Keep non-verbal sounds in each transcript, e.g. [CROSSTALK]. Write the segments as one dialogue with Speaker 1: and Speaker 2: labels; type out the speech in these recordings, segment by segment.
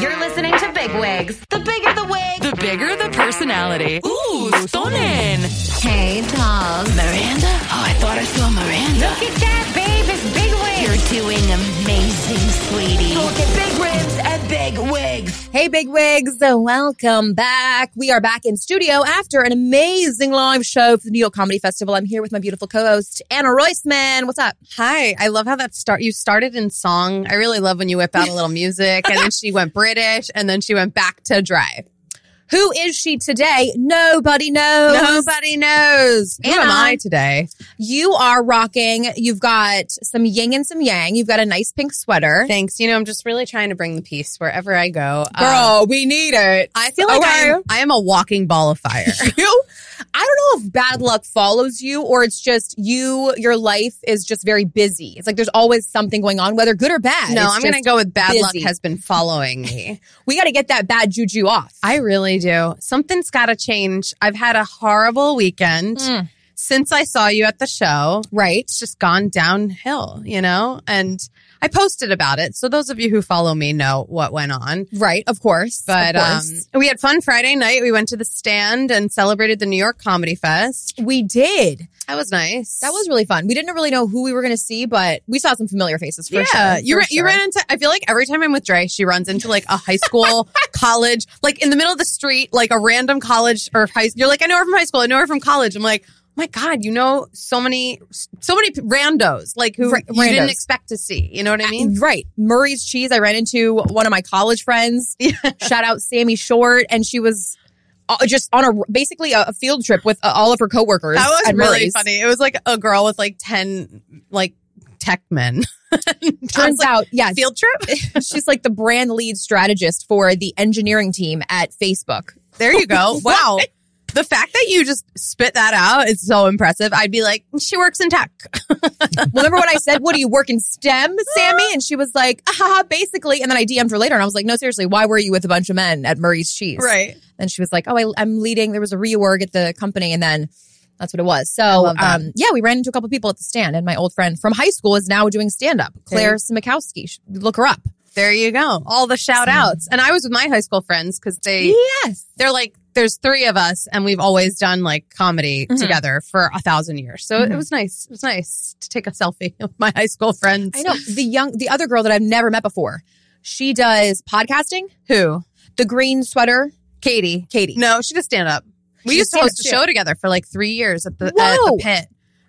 Speaker 1: You're listening to Big Wigs. The bigger the wig,
Speaker 2: The bigger the personality. Ooh, stunning.
Speaker 1: Hey, dolls.
Speaker 2: Miranda? Oh, I thought I saw Miranda.
Speaker 1: Look at that, babe. It's Big Wigs.
Speaker 2: You're doing amazing, sweetie.
Speaker 1: Look at Big Ribs and Big Wigs.
Speaker 3: Hey, Big Wigs, welcome back. We are back in studio after an amazing live show for the New York Comedy Festival. I'm here with my beautiful co host, Anna Roisman. What's up?
Speaker 4: Hi, I love how that start. You started in song. I really love when you whip out a little music, and then she went British, and then she went back to drive.
Speaker 3: Who is she today? Nobody knows.
Speaker 4: Nobody knows. Who am
Speaker 3: Anna.
Speaker 4: I today?
Speaker 3: You are rocking. You've got some yin and some yang. You've got a nice pink sweater.
Speaker 4: Thanks. You know, I'm just really trying to bring the peace wherever I go, Um,
Speaker 3: Girl, we need it. Oh,
Speaker 4: I feel like I, am, I am a walking ball of fire.
Speaker 3: [LAUGHS] you. I don't know if bad luck follows you or it's just you, your life is just very busy. It's like there's always something going on, whether good or bad.
Speaker 4: no,
Speaker 3: It's
Speaker 4: I'm going to
Speaker 3: just-
Speaker 4: go with bad luck
Speaker 3: busy.
Speaker 4: has been following me.
Speaker 3: [LAUGHS] We got to get that bad juju off.
Speaker 4: I really do. Something's got to change. I've had a horrible weekend since I saw you at the show.
Speaker 3: Hmm. right.
Speaker 4: it's just gone downhill, you know? And I posted about it. So those of you who follow me know what went on.
Speaker 3: Right. Of course.
Speaker 4: But
Speaker 3: of
Speaker 4: um,
Speaker 3: course.
Speaker 4: we had fun Friday night. We went to the stand and celebrated the New York Comedy Fest.
Speaker 3: we did.
Speaker 4: That was nice.
Speaker 3: That was really fun. We didn't really know who we were going to see, but we saw some familiar faces for
Speaker 4: yeah,
Speaker 3: sure.
Speaker 4: you
Speaker 3: for
Speaker 4: ran, you
Speaker 3: sure.
Speaker 4: ran into. I feel like every time I'm with Dre, she runs into like a
Speaker 3: [LAUGHS]
Speaker 4: high school, college, like in the middle of the street, like a random college or high. You're like, I know her from high school. I know her from college. I'm like, oh my God, you know so many, so many randos like who
Speaker 3: Ra-
Speaker 4: you
Speaker 3: randos.
Speaker 4: didn't expect to see. You know what I mean?
Speaker 3: Right. Murray's cheese. I ran into one of my college
Speaker 4: [LAUGHS]
Speaker 3: friends. Shout out Sammy Short, and she was uh, just on a basically a, a field trip with uh, all of her coworkers.
Speaker 4: That was
Speaker 3: at
Speaker 4: really
Speaker 3: Murray's.
Speaker 4: funny. It was like a girl with like ten like tech men. [LAUGHS] I was
Speaker 3: Turns
Speaker 4: like,
Speaker 3: out, yeah,
Speaker 4: field trip.
Speaker 3: [LAUGHS] she's like the brand lead strategist for the engineering team at Facebook.
Speaker 4: There
Speaker 3: [LAUGHS]
Speaker 4: you go. wow. The fact that you just spit that out is so impressive. I'd be like, she works in
Speaker 3: [LAUGHS]
Speaker 4: tech.
Speaker 3: Remember what I said? What do you work in STEM, Sammy? And she was like, ah, ha, ha, basically. And then I DM'd her later, and I was like, No, seriously, why were you with a bunch of men at Murray's Cheese? And she was like, "Oh, I, I'm leading. There was a reorg at the company, and then that's what it was." So,
Speaker 4: love that.
Speaker 3: um, yeah, we ran into a couple people at the stand, and my old friend from high school is now doing stand up. Claire Simikowski, Sh- look her up.
Speaker 4: There you go. All the shout outs. And I was with my high school friends because they
Speaker 3: Yes,
Speaker 4: they're like there's three of us and we've always done like comedy
Speaker 3: Mm-hmm.
Speaker 4: together for a thousand years. So it was nice. It was nice to take a selfie [LAUGHS] with my high school friends.
Speaker 3: I know the young, the other girl that I've never met before. She does podcasting.
Speaker 4: Who?
Speaker 3: The green sweater,
Speaker 4: Katie.
Speaker 3: Katie.
Speaker 4: No, she just stand up. We
Speaker 3: She
Speaker 4: used to
Speaker 3: stand up
Speaker 4: host a
Speaker 3: too.
Speaker 4: show together for like three years at the, at
Speaker 3: Whoa.
Speaker 4: the pit.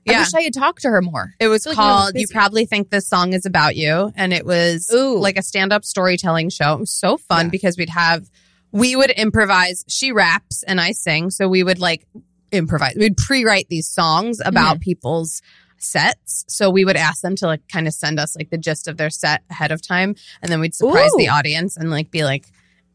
Speaker 3: I
Speaker 4: Yeah.
Speaker 3: wish I had talked to her more.
Speaker 4: It was
Speaker 3: feel like we were
Speaker 4: called You
Speaker 3: busy.
Speaker 4: Probably Think This Song Is About You. And it was
Speaker 3: Ooh.
Speaker 4: like a stand up storytelling show. It was so fun because we'd have, we would improvise. She raps and I sing. So we would like improvise. We'd pre write these songs about people's sets. So we would ask them to like kind of send us like the gist of their set ahead of time. And then we'd surprise the
Speaker 3: Ooh.
Speaker 4: audience and like be like,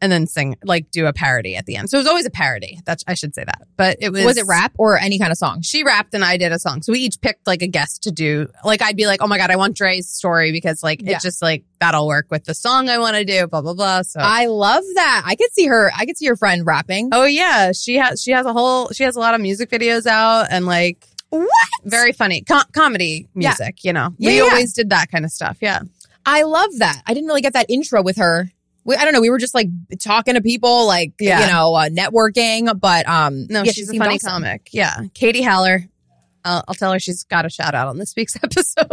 Speaker 4: and then sing, like do a parody at the end. So it was always a parody. That's, I should say that. But it was.
Speaker 3: Was it rap or any kind of song?
Speaker 4: She rapped and I did a song. So we each picked like a guest to do. Like I'd be like, oh my God, I want Dre's story because like
Speaker 3: Yeah.
Speaker 4: it just like that'll work with the song I want to do, blah, blah, blah. So
Speaker 3: I love that. I could see her. I could see your friend rapping.
Speaker 4: Oh yeah. She has she has a whole she has a lot of music videos out and like
Speaker 3: What?
Speaker 4: very funny. Com- comedy
Speaker 3: Yeah.
Speaker 4: music, you know.
Speaker 3: Yeah,
Speaker 4: we
Speaker 3: yeah.
Speaker 4: always did that kind of stuff. Yeah.
Speaker 3: I love that. I didn't really get that intro with her. We, I don't know. We were just like talking to people, like
Speaker 4: Yeah.
Speaker 3: you know, uh, networking. But um,
Speaker 4: No,
Speaker 3: yeah, she
Speaker 4: she's a
Speaker 3: seemed
Speaker 4: funny
Speaker 3: awesome.
Speaker 4: comic. Yeah. Katie Haller. I'll I'll tell her she's got a shout out on this week's [LAUGHS] episode.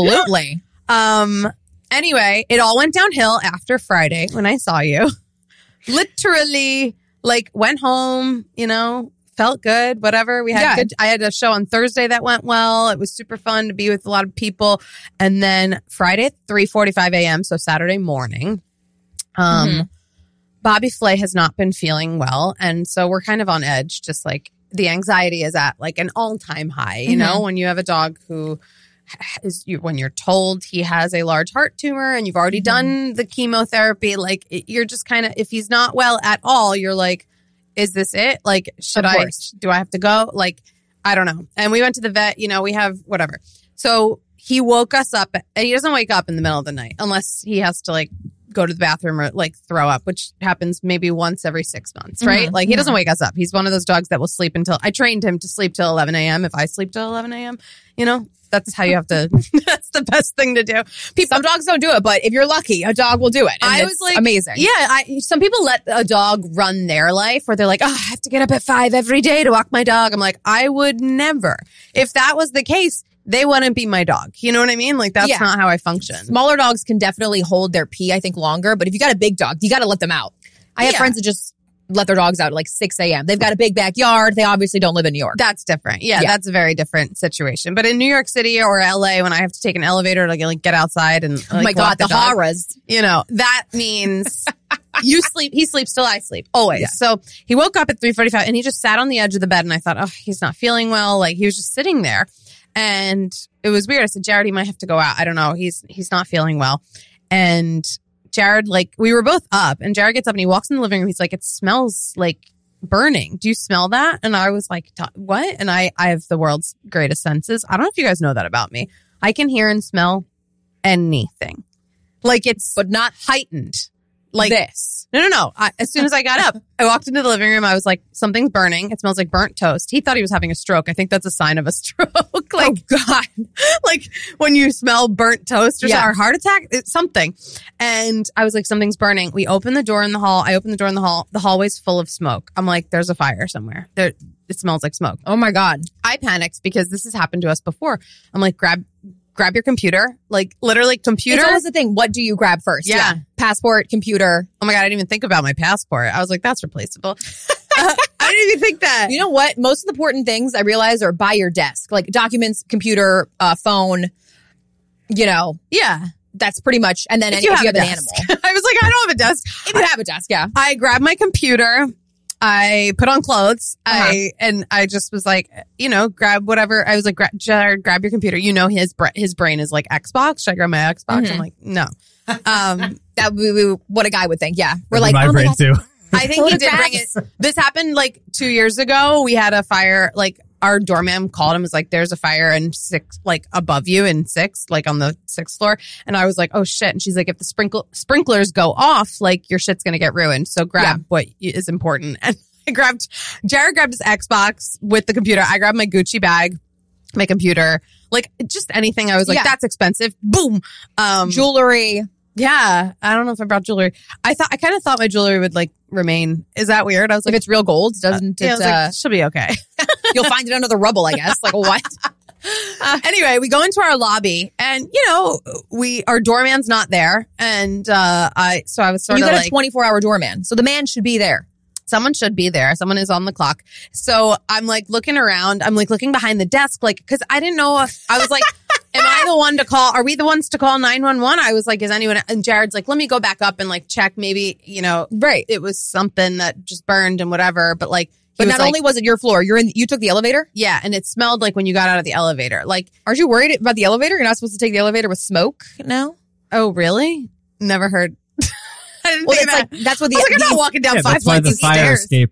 Speaker 3: Absolutely.
Speaker 4: Um. Anyway, it all went downhill after Friday when I saw you. Literally, like went home. You know, felt good. Whatever. We had
Speaker 3: Yeah.
Speaker 4: good. I had a show on Thursday that went well. It was super fun to be with a lot of people. And then Friday, at three forty-five a.m. So Saturday morning. Um.
Speaker 3: Mm-hmm.
Speaker 4: Bobby Flay has not been feeling well. And so we're kind of on edge, just like the anxiety is at like an all time high, you know,
Speaker 3: Mm-hmm.
Speaker 4: when you have a dog who is you, when you're told he has a large heart tumor and you've already
Speaker 3: Mm-hmm.
Speaker 4: done the chemotherapy, like it- you're just kind of, if he's not well at all, you're like, is this it? Like, should
Speaker 3: Of
Speaker 4: I,
Speaker 3: course.
Speaker 4: do I have to go? Like, I don't know. And we went to the vet, you know, we have whatever. So he woke us up and he doesn't wake up in the middle of the night unless he has to like go to the bathroom or like throw up, which happens maybe once every six months, right? Like he doesn't wake us up. He's one of those dogs that will sleep until I trained him to sleep till 11 a.m. If I sleep till 11 a.m., you know, that's how you have to, [LAUGHS] that's the best thing to do. People,
Speaker 3: Some dogs don't do it, but if you're lucky, a dog will do it. And
Speaker 4: I
Speaker 3: it's
Speaker 4: was like,
Speaker 3: amazing.
Speaker 4: Yeah, I, some people let a dog run their life where they're like, oh, I have to get up at five every day to walk my dog. I'm like, I would never. If that was the case, they wouldn't be my dog. You know what I mean? Like, that's
Speaker 3: Yeah.
Speaker 4: not how I function.
Speaker 3: Smaller dogs can definitely hold their pee, I think, longer. But if you got a big dog, you got to let them out. I have
Speaker 4: Yeah.
Speaker 3: friends that just let their dogs out at like 6 a.m. They've got a big backyard. They obviously don't live in New York.
Speaker 4: That's different. Yeah,
Speaker 3: Yeah.
Speaker 4: that's a very different situation. But in New York City or LA, when I have to take an elevator to like get outside and like,
Speaker 3: oh my
Speaker 4: walk
Speaker 3: God, the,
Speaker 4: dog,
Speaker 3: horrors.
Speaker 4: you know that [LAUGHS] means you sleep. He sleeps till I sleep always. So he woke up at three forty five and he just sat on the edge of the bed and I thought, oh, he's not feeling well. Like he was just sitting there, and it was weird. I said, Jared, he might have to go out. I don't know. He's he's not feeling well, and. Jared, like, we were both up, and Jared gets up and he walks in the living room. He's like, It smells like burning. Do you smell that? And I was like, "Ta- what? And I, I have the world's greatest senses. I don't know if you guys know that about me. I can hear and smell anything. Like it's, but not heightened. Like this. No, no, no. I, as soon as I got up, I walked into the living room. I was like, something's burning. It smells like burnt toast. He thought he was having a stroke. I think that's a sign of a [LAUGHS] stroke. like, God, [LAUGHS] like when you smell burnt toast or
Speaker 3: Oh, Yeah.
Speaker 4: something, or heart attack, it's something. And I was like, something's burning. We open the door in the hall. I open the door in the hall. The hallway's full of smoke. I'm like, there's a fire somewhere. There, it smells like smoke.
Speaker 3: Oh my God.
Speaker 4: I panicked because this has happened to us before. I'm like, grab, grab your computer. Like literally computer.
Speaker 3: It's always the thing. What do you grab first?
Speaker 4: Yeah.
Speaker 3: Passport, computer.
Speaker 4: oh my God. I didn't even think about my passport. I was like,
Speaker 3: [LAUGHS]
Speaker 4: that's replaceable. Uh, I didn't even think that.
Speaker 3: You know what? Most of the important things I realize are by your desk, like documents, computer, uh, phone. You know,
Speaker 4: yeah.
Speaker 3: that's pretty much. And then
Speaker 4: If
Speaker 3: any, if you have an animal,
Speaker 4: desk. [LAUGHS] I was like, I don't have a desk.
Speaker 3: if you have a desk, yeah.
Speaker 4: I grabbed my computer. I put on clothes.
Speaker 3: Uh-huh.
Speaker 4: I and I just was like, you know, grab whatever. I was like, Gra- Jared, grab your computer. You know, his bra- his brain is like Xbox. Should I grab my Xbox?
Speaker 3: Mm-hmm.
Speaker 4: I'm like, no. Um,
Speaker 3: That would be what a guy would think. Yeah, we're like,
Speaker 5: my
Speaker 3: oh my
Speaker 5: brain
Speaker 3: God.
Speaker 5: too.
Speaker 4: I think he did bring it.
Speaker 3: Photographs.
Speaker 4: This happened like two years ago. We had a fire. Like our doorman called him. Was like, "There's a fire in six, like above you in six, like on the sixth floor." And I was like, "Oh shit!" And she's like, "If the sprinkle sprinklers go off, like your shit's gonna get ruined. So grab what y- is important." [LAUGHS] And I grabbed. Jared grabbed his Xbox with the computer. I grabbed my Gucci bag, my computer, like just anything. I was like,
Speaker 3: Yeah.
Speaker 4: "That's expensive." Boom. Um,
Speaker 3: jewelry.
Speaker 4: yeah, I don't know if I brought jewelry. I thought I kind of thought my jewelry would like remain. Is that weird? I was
Speaker 3: If
Speaker 4: like,
Speaker 3: it's real gold, doesn't
Speaker 4: yeah, I
Speaker 3: it?
Speaker 4: was like,
Speaker 3: Uh,
Speaker 4: she'll be [LAUGHS] okay.
Speaker 3: you'll find it under the rubble, I guess. Like
Speaker 4: [LAUGHS]
Speaker 3: what?
Speaker 4: Uh, anyway, we go into our lobby, and you know, we our doorman's not there, and uh, I so I was sort
Speaker 3: you
Speaker 4: of
Speaker 3: got
Speaker 4: like,
Speaker 3: a 24 hour doorman, so the man should be there.
Speaker 4: someone should be there. Someone is on the clock. So I'm like looking around. I'm like looking behind the desk, like because I didn't know if I was like. Am I the one to call? Are we the ones to call 911? I was like, is anyone? And Jared's like, let me go back up and like check. Maybe, you know,
Speaker 3: Right.
Speaker 4: it was something that just burned and whatever. But like, he
Speaker 3: But
Speaker 4: was
Speaker 3: not
Speaker 4: like-
Speaker 3: only was it your floor, you're in. You took the elevator.
Speaker 4: yeah, and it smelled like when you got out of the elevator. Like,
Speaker 3: Aren't you worried about the elevator? You're not supposed to take the elevator with smoke. No.
Speaker 4: oh really? Never heard. [LAUGHS] I didn't
Speaker 3: Well, it's
Speaker 4: think of that.
Speaker 3: like that's what the
Speaker 4: I was like, I'm not walking down
Speaker 5: Yeah,
Speaker 4: five
Speaker 5: that's why
Speaker 4: flights
Speaker 5: the
Speaker 4: of
Speaker 5: fire
Speaker 4: stairs.
Speaker 5: escape.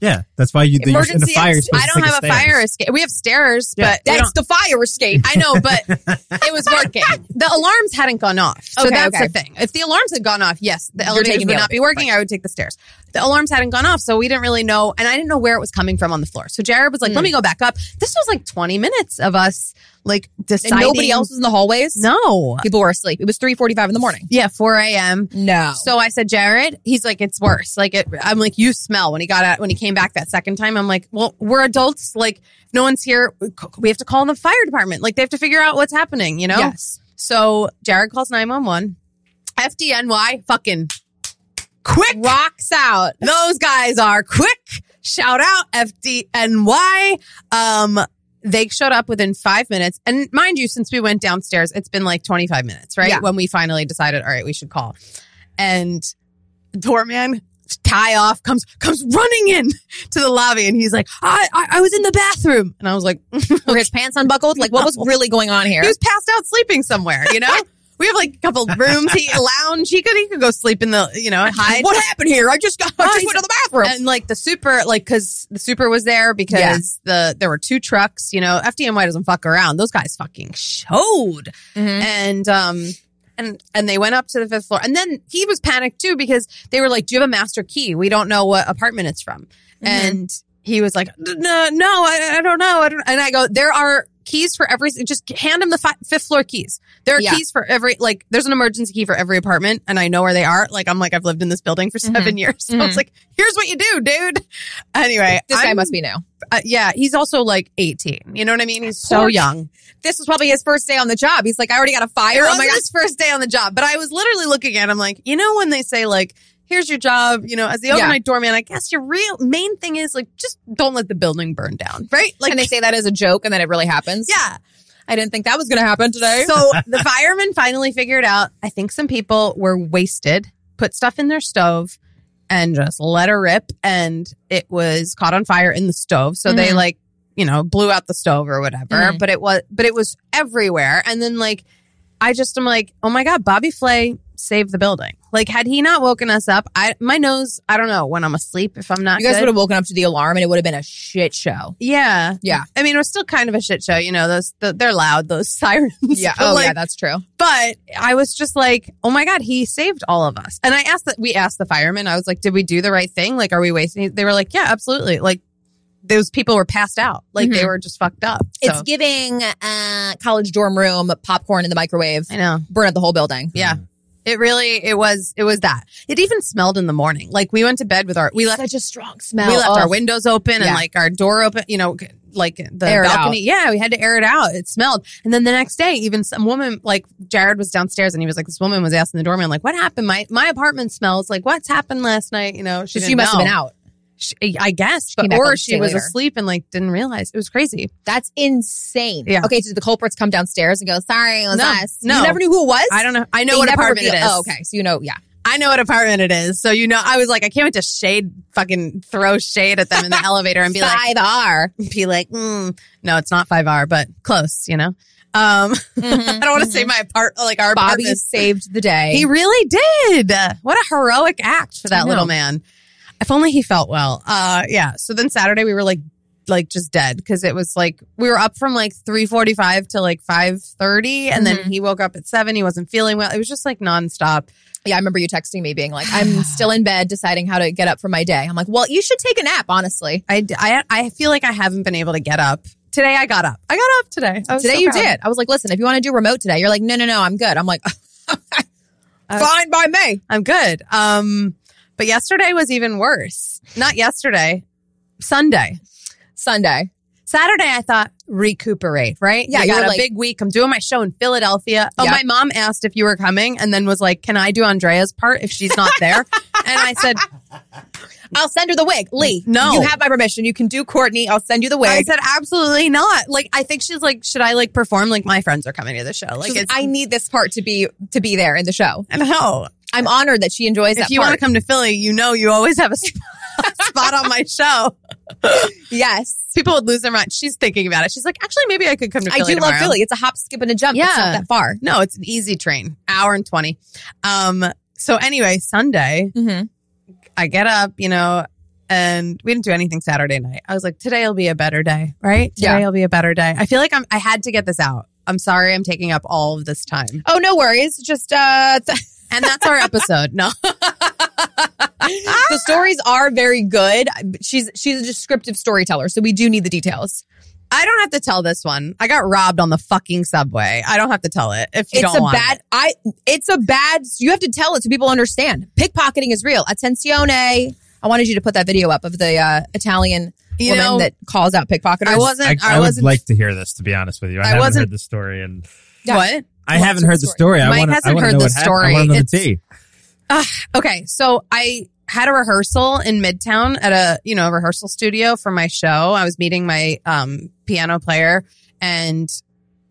Speaker 5: Yeah, that's why you, you're in a
Speaker 4: Emergency
Speaker 5: fire
Speaker 4: exit.
Speaker 5: escape.
Speaker 4: I don't have a fire escape. We have stairs,
Speaker 5: Yeah.
Speaker 4: but
Speaker 3: that's
Speaker 4: that's
Speaker 3: the fire escape.
Speaker 4: I
Speaker 3: [LAUGHS]
Speaker 4: know, but it was working. The alarms hadn't gone off. So
Speaker 3: Okay,
Speaker 4: that's
Speaker 3: okay.
Speaker 4: the thing. If the alarms had gone off, yes, the elevators
Speaker 3: taking
Speaker 4: would
Speaker 3: the
Speaker 4: not be working. I would take the stairs. The alarms hadn't gone off, so we didn't really know. And I didn't know where it was coming from on the floor. So Jared was like,
Speaker 3: Hmm.
Speaker 4: let me go back up. This was like 20 minutes of us like
Speaker 3: And
Speaker 4: deciding.
Speaker 3: nobody else was in the hallways.
Speaker 4: No.
Speaker 3: People were asleep. It was 3:45 in the morning.
Speaker 4: Yeah, 4 a.m.
Speaker 3: No. So
Speaker 4: So I said, Jared, he's like, it's worse. Like, it, I'm like, you smell when he got out, when he came back that second time. I'm like, well, we're adults. Like, no one's here. We have to call the fire department. Like, they have to figure out what's happening, you know?
Speaker 3: Yes.
Speaker 4: So Jared calls 911. FDNY fucking quick.
Speaker 3: rocks out.
Speaker 4: Those guys are quick. Shout out FDNY. Um, they showed up within five minutes. And mind you, since we went downstairs, it's been like 25 minutes, right?
Speaker 3: Yeah.
Speaker 4: When we finally decided, all right, we should call. And doorman tie off comes comes running in to the lobby and he's like, I I, I was in the bathroom. And I was like,
Speaker 3: Were his pants unbuckled? Like what was really going on here?
Speaker 4: he was passed out sleeping somewhere,
Speaker 3: [LAUGHS]
Speaker 4: you know? we have like a couple rooms, he a lounge. He could he could go sleep in the you know, hide.
Speaker 3: What happened here? I just got. I
Speaker 4: Oh,
Speaker 3: just
Speaker 4: he's-
Speaker 3: went to the bathroom.
Speaker 4: And like the super, like because the super was there because the there were two trucks. You know, FDNY doesn't fuck around. Those guys fucking showed.
Speaker 3: Mhm.
Speaker 4: And um, And and they went up to the fifth floor. And then he was panicked too because they were like, "Do you have a master key? We don't know what apartment it's from." And he was like, "No, no, I, I don't know." I don't, and I go, "There are keys for every. Just hand him the fi- fifth floor keys. There are
Speaker 3: Yeah.
Speaker 4: keys for every. Like, there's an emergency key for every apartment, and I know where they are. Like, I'm like, I've lived in this building
Speaker 3: Mm-hmm.
Speaker 4: for 7 years. [LAUGHS] So I was like, here's what you do, dude. Anyway,
Speaker 3: This guy
Speaker 4: I'm-
Speaker 3: must be new.
Speaker 4: uh, yeah, he's also like 18. You know what I mean? He's so
Speaker 3: course.
Speaker 4: young.
Speaker 3: This was probably his first day on the job. He's like, I already got a
Speaker 4: It
Speaker 3: fire.
Speaker 4: was
Speaker 3: Oh my gosh.
Speaker 4: his first day on the job, but I was literally looking at him like, you know, when they say like, here's your job, you know, as the
Speaker 3: Yeah.
Speaker 4: overnight doorman, I guess your real main thing is like, just don't let the building burn down, right? Like,
Speaker 3: and they say that as a joke and then it really happens.
Speaker 4: yeah.
Speaker 3: I didn't think that was going to happen [LAUGHS] today.
Speaker 4: So the firemen finally figured out, I think some people were wasted, put stuff in their stove and just let her rip. And it was caught on fire in the stove. So they
Speaker 3: Mhm.
Speaker 4: like, you know, blew out the stove or whatever.
Speaker 3: Mhm.
Speaker 4: But it was, but it was everywhere. And then like, I just am like, oh my God, Bobby Flay saved the building. Like, had he not woken us up, I, my nose, I don't know when I'm asleep, if I'm not,
Speaker 3: you guys
Speaker 4: good.
Speaker 3: would have woken up to the alarm and it would have been a shit
Speaker 4: [LAUGHS]
Speaker 3: show.
Speaker 4: yeah.
Speaker 3: Yeah.
Speaker 4: I mean, it was still kind of a shit show. You know, those, the, they're loud, those [LAUGHS] sirens.
Speaker 3: Yeah.
Speaker 4: But,
Speaker 3: Oh,
Speaker 4: like,
Speaker 3: yeah, that's true.
Speaker 4: but I was just like, oh my God, he saved all of us. And I asked that we asked the firemen, I was like, did we do the right thing? Like, are we wasting? They were like, yeah, absolutely. Like, those people were passed out. Like, they were just fucked up. So,
Speaker 3: It's giving uh, college dorm room popcorn in the microwave,
Speaker 4: I know.
Speaker 3: burn up the whole building.
Speaker 4: Yeah.
Speaker 5: Mm.
Speaker 4: It really, it was, it was that. It even smelled in the morning. Like, we went to bed with our, we left,
Speaker 3: Such a strong smell.
Speaker 4: we left
Speaker 3: Ugh.
Speaker 4: our windows open and
Speaker 3: Yeah.
Speaker 4: like our door open, you know, like the
Speaker 3: Air it
Speaker 4: balcony. Yeah, we had to air it out. It smelled. And then the next day, even some woman, like Jared was downstairs and he was like, this woman was asking the doorman, like, what happened? My my apartment smells. Like, what's happened last night? You know,
Speaker 3: So
Speaker 4: she, didn't
Speaker 3: she must
Speaker 4: know.
Speaker 3: have been out.
Speaker 4: She, I guess.
Speaker 3: came
Speaker 4: But,
Speaker 3: back
Speaker 4: or
Speaker 3: on
Speaker 4: she
Speaker 3: day
Speaker 4: was
Speaker 3: later.
Speaker 4: asleep and like didn't realize. It was crazy.
Speaker 3: That's insane.
Speaker 4: Yeah.
Speaker 3: Okay, so the culprits come downstairs and go, sorry, it was
Speaker 4: No,
Speaker 3: us.
Speaker 4: no.
Speaker 3: You never knew who it was?
Speaker 4: I don't know. I
Speaker 3: They
Speaker 4: know what
Speaker 3: never
Speaker 4: apartment it is.
Speaker 3: revealed- Oh, okay. So you know, yeah.
Speaker 4: I know what apartment it is. So, you know, I was like, I can't wait to shade, fucking throw shade at
Speaker 3: [LAUGHS]
Speaker 4: them in the elevator and be like,
Speaker 3: Five R.
Speaker 4: be like, mm, no, it's not 5R, but close, you know? Um, [LAUGHS] I don't want to say my apart, like our
Speaker 3: Mm-hmm, Bobby
Speaker 4: apartment.
Speaker 3: saved the day.
Speaker 4: He really did. What a heroic act for
Speaker 3: I
Speaker 4: that
Speaker 3: know.
Speaker 4: little man. If only he felt well. Uh, yeah. So then Saturday we were like, like just dead because it was like we were up from like 3.45 to like 5.30
Speaker 3: Mm-hmm.
Speaker 4: and then he woke up at 7 he wasn't feeling well it was just like nonstop
Speaker 3: yeah, I remember you texting me being like,
Speaker 4: [SIGHS]
Speaker 3: I'm still in bed deciding how to get up for my day. I'm like, well, you should take a nap, honestly.
Speaker 4: I, I, I feel like i haven't been able to get up today i got up i got up today I was
Speaker 3: Today
Speaker 4: so
Speaker 3: you
Speaker 4: proud.
Speaker 3: did. I was like, listen, if you want to do remote today, you're like, no, no, no, I'm good. I'm like, [LAUGHS] fine by me.
Speaker 4: I'm good. Um, but yesterday was even worse. Not yesterday, Sunday.
Speaker 3: Sunday.
Speaker 4: Saturday, I thought recuperate, right?
Speaker 3: Yeah,
Speaker 4: I
Speaker 3: you
Speaker 4: got
Speaker 3: were
Speaker 4: a
Speaker 3: like-
Speaker 4: big week. I'm doing my show in Philadelphia. Oh,
Speaker 3: Yeah.
Speaker 4: my mom asked if you were coming, and then was like, "Can I do Andrea's part if she's not [LAUGHS] there?" and I said,
Speaker 3: I'll send her the wig. Lee,
Speaker 4: No.
Speaker 3: You have my permission. You can do Courtney. I'll send you the wig.
Speaker 4: "I said absolutely not." Like, I think she's like, "Should I like perform?" Like, my friends are coming to the show. Like,
Speaker 3: She's like,
Speaker 4: it's,
Speaker 3: I need this part to be to be there in the show.
Speaker 4: I know.
Speaker 3: I'm honored that she enjoys
Speaker 4: If
Speaker 3: that
Speaker 4: you want to
Speaker 3: part.
Speaker 4: come to Philly, you know you always have a [LAUGHS] sp- spot on my show.
Speaker 3: yes.
Speaker 4: People would lose their mind. She's thinking about it. She's like, actually, maybe I could come to
Speaker 3: I
Speaker 4: Philly.
Speaker 3: do love
Speaker 4: tomorrow."
Speaker 3: Philly. It's a hop, skip, and a jump. It's
Speaker 4: Yeah.
Speaker 3: not that far.
Speaker 4: No, it's an easy train, hour and 20. Um, so anyway, Sunday,
Speaker 3: Mm-hmm.
Speaker 4: I get up, you know, and we didn't do anything Saturday night. I was like, today will be a better day, right? Today
Speaker 3: Yeah.
Speaker 4: will be a better day. I feel like I'm, I had to get this out. I'm sorry I'm taking up all of this time.
Speaker 3: Oh, no worries. Just uh,
Speaker 4: [LAUGHS]
Speaker 3: th-
Speaker 4: And that's our episode. [LAUGHS] No.
Speaker 3: the stories are very good. She's she's a descriptive storyteller, so we do need the details.
Speaker 4: I don't have to tell this one. I got robbed on the fucking subway. I don't have to tell it if you
Speaker 3: it's
Speaker 4: don't
Speaker 3: a
Speaker 4: want
Speaker 3: bad.
Speaker 4: it.
Speaker 3: I. It's a bad. You have to tell it so people understand. Pickpocketing is real. Attenzione. I wanted you to put that video up of the uh, Italian
Speaker 4: You
Speaker 3: woman
Speaker 4: know,
Speaker 3: that calls out pickpocketers.
Speaker 4: I
Speaker 5: I,
Speaker 4: wasn't. I,
Speaker 5: I would
Speaker 4: wasn't.
Speaker 5: like to hear this, to be honest with you. I, haven't
Speaker 4: wasn't-
Speaker 5: heard the story, and
Speaker 3: Yeah.
Speaker 4: What?
Speaker 5: I haven't heard the story. I
Speaker 4: Mike
Speaker 5: want.
Speaker 4: hasn't
Speaker 5: I want
Speaker 4: heard
Speaker 5: to know
Speaker 4: the
Speaker 5: what happened.
Speaker 4: story.
Speaker 5: I want to know
Speaker 4: It's-
Speaker 5: the tea.
Speaker 4: Okay, so I had a rehearsal in Midtown at a you know rehearsal studio for my show. I was meeting my um, piano player, and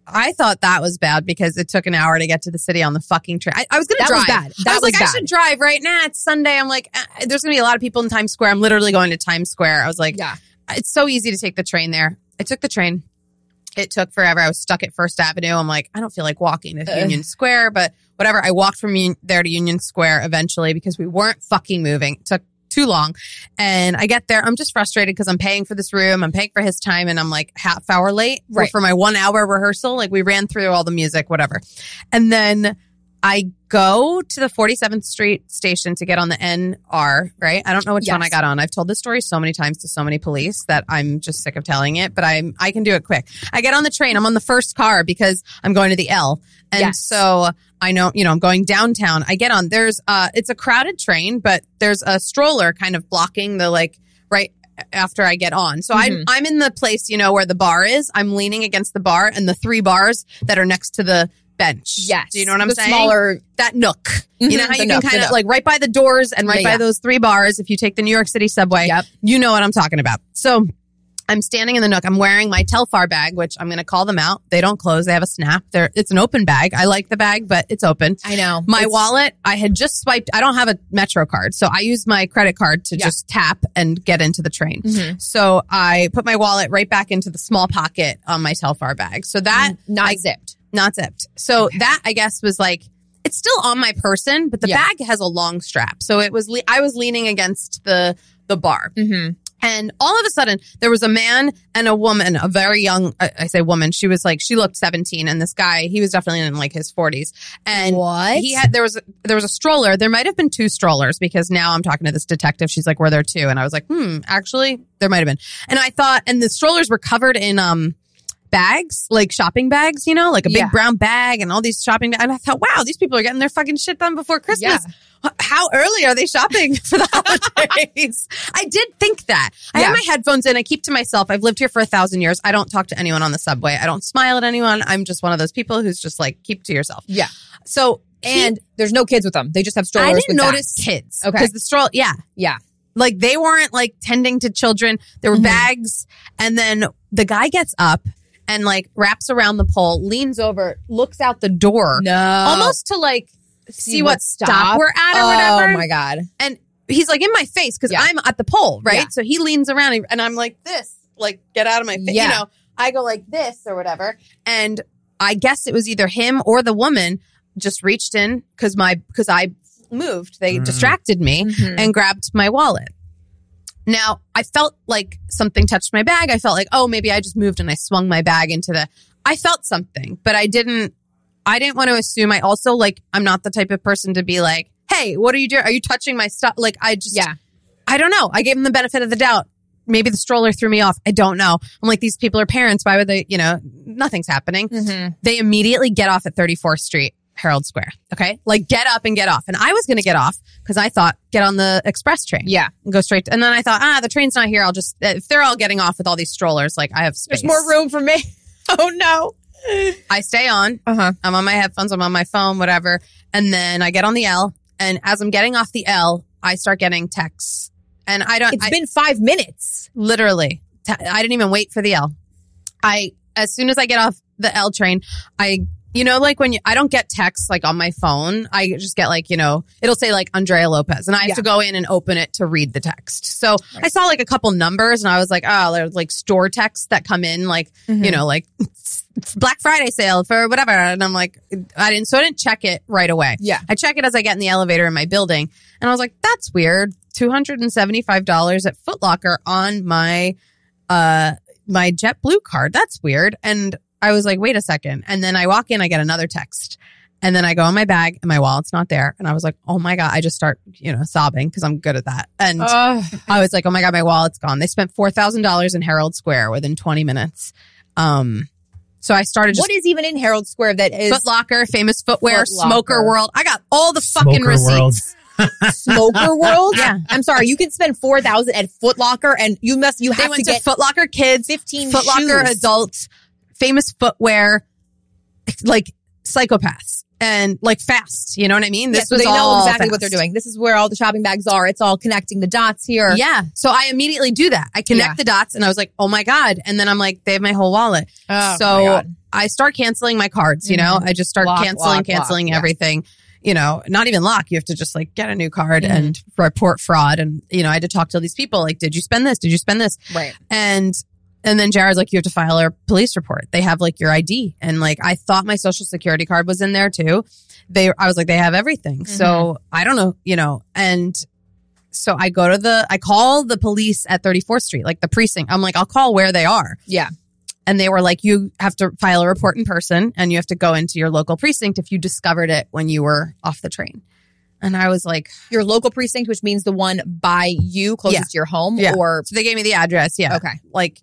Speaker 4: I thought that was bad because it took an hour to get to the city on the fucking train. I, I was gonna
Speaker 3: That
Speaker 4: drive.
Speaker 3: was bad. That
Speaker 4: I
Speaker 3: was
Speaker 4: was, like, I
Speaker 3: bad.
Speaker 4: should drive right now. It's Sunday. I'm like, eh, there's gonna be a lot of people in Times Square. I'm literally going to Times Square. I was like,
Speaker 3: Yeah.
Speaker 4: it's so easy to take the train there. I took the train. It took forever. I was stuck at First Avenue. I'm like, I don't feel like walking to
Speaker 3: Ugh.
Speaker 4: Union Square, but whatever. I walked from Un- there to Union Square eventually because we weren't fucking moving. It took too long. And I get there. I'm just frustrated because I'm paying for this room. I'm paying for his time and I'm like half hour late
Speaker 3: Right.
Speaker 4: for my one hour rehearsal. Like we ran through all the music, whatever. And then I go to the 47th Street station to get on the NR, right? I don't know which
Speaker 3: Yes.
Speaker 4: one I got on. I've told this story so many times to so many police that I'm just sick of telling it, but I'm I can do it quick. I get on the train. I'm on the first car because I'm going to the L. And
Speaker 3: Yes.
Speaker 4: so I know, you know, I'm going downtown. I get on. There's uh it's a crowded train, but there's a stroller kind of blocking the like right after I get on. So
Speaker 3: Mm-hmm.
Speaker 4: I'm I'm in the place, you know, where the bar is. I'm leaning against the bar and the three bars that are next to the bench.
Speaker 3: Yes.
Speaker 4: Do you know what I'm
Speaker 3: the
Speaker 4: saying?
Speaker 3: Smaller.
Speaker 4: that nook.
Speaker 3: Mhm.
Speaker 4: You know
Speaker 3: The
Speaker 4: how you can
Speaker 3: nook, the
Speaker 4: kind of
Speaker 3: nook.
Speaker 4: like right by the doors and right
Speaker 3: Yeah,
Speaker 4: by
Speaker 3: yeah.
Speaker 4: those three bars. If you take the New York City subway,
Speaker 3: Yep.
Speaker 4: you know what I'm talking about. So I'm standing in the nook. I'm wearing my Telfar bag, which I'm going to call them out. They don't close. They have a snap. They're, it's an open bag. I like the bag, but it's open.
Speaker 3: I know.
Speaker 4: My
Speaker 3: It's-
Speaker 4: wallet, I had just swiped. I don't have a Metro card. So I use my credit card to
Speaker 3: Yeah.
Speaker 4: just tap and get into the train.
Speaker 3: Mm-hmm.
Speaker 4: So I put my wallet right back into the small pocket on my Telfar bag. So that
Speaker 3: Not
Speaker 4: I-
Speaker 3: zipped.
Speaker 4: not zipped. So that I guess was like it's still on my person, but the
Speaker 3: Yeah.
Speaker 4: bag has a long strap. So it was le- I was leaning against the the bar.
Speaker 3: Mm-hmm.
Speaker 4: And all of a sudden, there was a man and a woman, a very young, I I say woman, she was like, she looked 17. And this guy, he was definitely in like his 40s. And
Speaker 3: What?
Speaker 4: he had, there was, there was a stroller. There might have been two strollers because now I'm talking to this detective. She's like, were there two? And I was like, hmm, actually, there might have been. And I thought, and the strollers were covered in, um, bags, like shopping bags, you know, like a big
Speaker 3: Yeah.
Speaker 4: brown bag and all these shopping bags. And I thought, wow, these people are getting their fucking shit done before Christmas. H- How early are they shopping [LAUGHS] for the holidays? I did think that. I
Speaker 3: Yeah.
Speaker 4: have my headphones in. I keep to myself. I've lived here for a thousand years. I don't talk to anyone on the subway. I don't smile at anyone. I'm just one of those people who's just like, keep to yourself.
Speaker 3: Yeah.
Speaker 4: So,
Speaker 3: And there's no kids with them. They just have strollers.
Speaker 4: I
Speaker 3: with
Speaker 4: didn't notice
Speaker 3: bags.
Speaker 4: kids.
Speaker 3: Okay.
Speaker 4: Because the stroll, yeah.
Speaker 3: Yeah.
Speaker 4: Like they weren't like tending to children. There were
Speaker 3: Mm-hmm.
Speaker 4: bags. And then the guy gets up and like wraps around the pole, leans over, looks out the door.
Speaker 3: No.
Speaker 4: Almost to like see, what, stop, we're at or
Speaker 3: oh
Speaker 4: whatever.
Speaker 3: my god.
Speaker 4: And he's like in my face because
Speaker 3: Yeah.
Speaker 4: I'm at the pole, right?
Speaker 3: Yeah.
Speaker 4: So he leans around and I'm like this, like get out of my face.
Speaker 3: Yeah.
Speaker 4: You know, I go like this or whatever. And I guess it was either him or the woman just reached in because my because I moved. They
Speaker 5: Mm.
Speaker 4: distracted me and grabbed my wallet. Now, I felt like something touched my bag. I felt like, oh, maybe I just moved and I swung my bag into the I felt something, but I didn't I didn't want to assume. I also like I'm not the type of person to be like, "Hey, what are you doing? Are you touching my stuff?" Like I just
Speaker 3: Yeah.
Speaker 4: I don't know. I gave him the benefit of the doubt. Maybe the stroller threw me off. I don't know. I'm like, these people are parents. Why would they, you know, nothing's happening.
Speaker 3: Mm-hmm.
Speaker 4: They immediately get off at 34th Street, Herald Square. Okay. Like get up and get off. And I was going to get off because I thought, get on the express train.
Speaker 3: Yeah.
Speaker 4: And go straight. and then I thought, ah, the train's not here. I'll just, if they're all getting off with all these strollers, like I have space.
Speaker 3: There's more room for me. [LAUGHS] Oh no.
Speaker 4: I stay on.
Speaker 3: Uh huh.
Speaker 4: I'm on my headphones, I'm on my phone, whatever. And then I get on the L. And as I'm getting off the L, I start getting texts. And I don't,
Speaker 3: It's
Speaker 4: I-
Speaker 3: been five minutes.
Speaker 4: literally, t- I didn't even wait for the L. I, as soon as I get off the L train, I, you know, like when you, I don't get texts like on my phone, I just get like, you know, it'll say like Andrea Lopez and I have
Speaker 3: Yeah.
Speaker 4: to go in and open it to read the text. So I saw like a couple numbers and I was like, oh, there's like store texts that come in, like, you know, like Black Friday sale for whatever. And I'm like, I didn't, so I didn't check it right away.
Speaker 3: Yeah.
Speaker 4: I check it as I get in the elevator in my building. And I was like, that's weird. $275 at Foot Locker on my, uh, my JetBlue card. That's weird. And I was like, wait a second. And then I walk in, I get another text. And then I go in my bag and my wallet's not there. And I was like, oh my God. I just start, you know, sobbing because I'm good at that.
Speaker 3: Oh,
Speaker 4: And I was like, oh my God, my wallet's gone. They spent $4,000 in Herald Square within 20 minutes. Um, so I started just
Speaker 3: what is even in Herald Square that is
Speaker 4: Foot Locker, famous footwear,
Speaker 3: Foot Locker.
Speaker 4: Smoker World. I got all the fucking
Speaker 5: Smoker
Speaker 4: receipts.
Speaker 5: world.
Speaker 3: Smoker
Speaker 4: [LAUGHS]
Speaker 3: World?
Speaker 4: Yeah.
Speaker 3: I'm sorry. You can spend four thousand at Foot Locker, and you must you
Speaker 4: They
Speaker 3: have to
Speaker 4: went to,
Speaker 3: get
Speaker 4: Foot Locker Kids,
Speaker 3: fifteen
Speaker 4: Foot Locker
Speaker 3: shoes.
Speaker 4: Adults, famous footwear, like psychopaths and like fast. You know what I mean?
Speaker 3: Yeah, so they know
Speaker 4: all
Speaker 3: exactly what they're
Speaker 4: fast.
Speaker 3: doing. This is where all the shopping bags are. It's all connecting the dots here.
Speaker 4: Yeah. So I immediately do that. I connect
Speaker 3: Yeah.
Speaker 4: the dots and I was like, oh my God. And then I'm like, they have my whole wallet.
Speaker 3: Oh, my
Speaker 4: so
Speaker 3: God. Mm-hmm.
Speaker 4: I start canceling my cards, you know, I just start
Speaker 3: Lock,
Speaker 4: canceling,
Speaker 3: lock,
Speaker 4: canceling
Speaker 3: lock. Yeah.
Speaker 4: everything. You know, not even lock. You have to just like get a new card
Speaker 3: Mm-hmm.
Speaker 4: and report fraud. And, you know, I had to talk to these people like, did you spend this? Did you spend this?
Speaker 3: right.
Speaker 4: And and then Jared's like, you have to file a police report. They have like your ID. And like I thought my social security card was in there too. They I was like, they have everything.
Speaker 3: Mm-hmm.
Speaker 4: So I don't know, you know, and so I go to the I call the police at 34th Street, like the precinct. I'm like, I'll call where they are.
Speaker 3: Yeah.
Speaker 4: And they were like, you have to file a report in person and you have to go into your local precinct if you discovered it when you were off the train. And I was like,
Speaker 3: Your local precinct, which means the one by you closest
Speaker 4: Yeah.
Speaker 3: to your home,
Speaker 4: Yeah.
Speaker 3: or
Speaker 4: so they gave me the address. Yeah.
Speaker 3: okay,
Speaker 4: Like,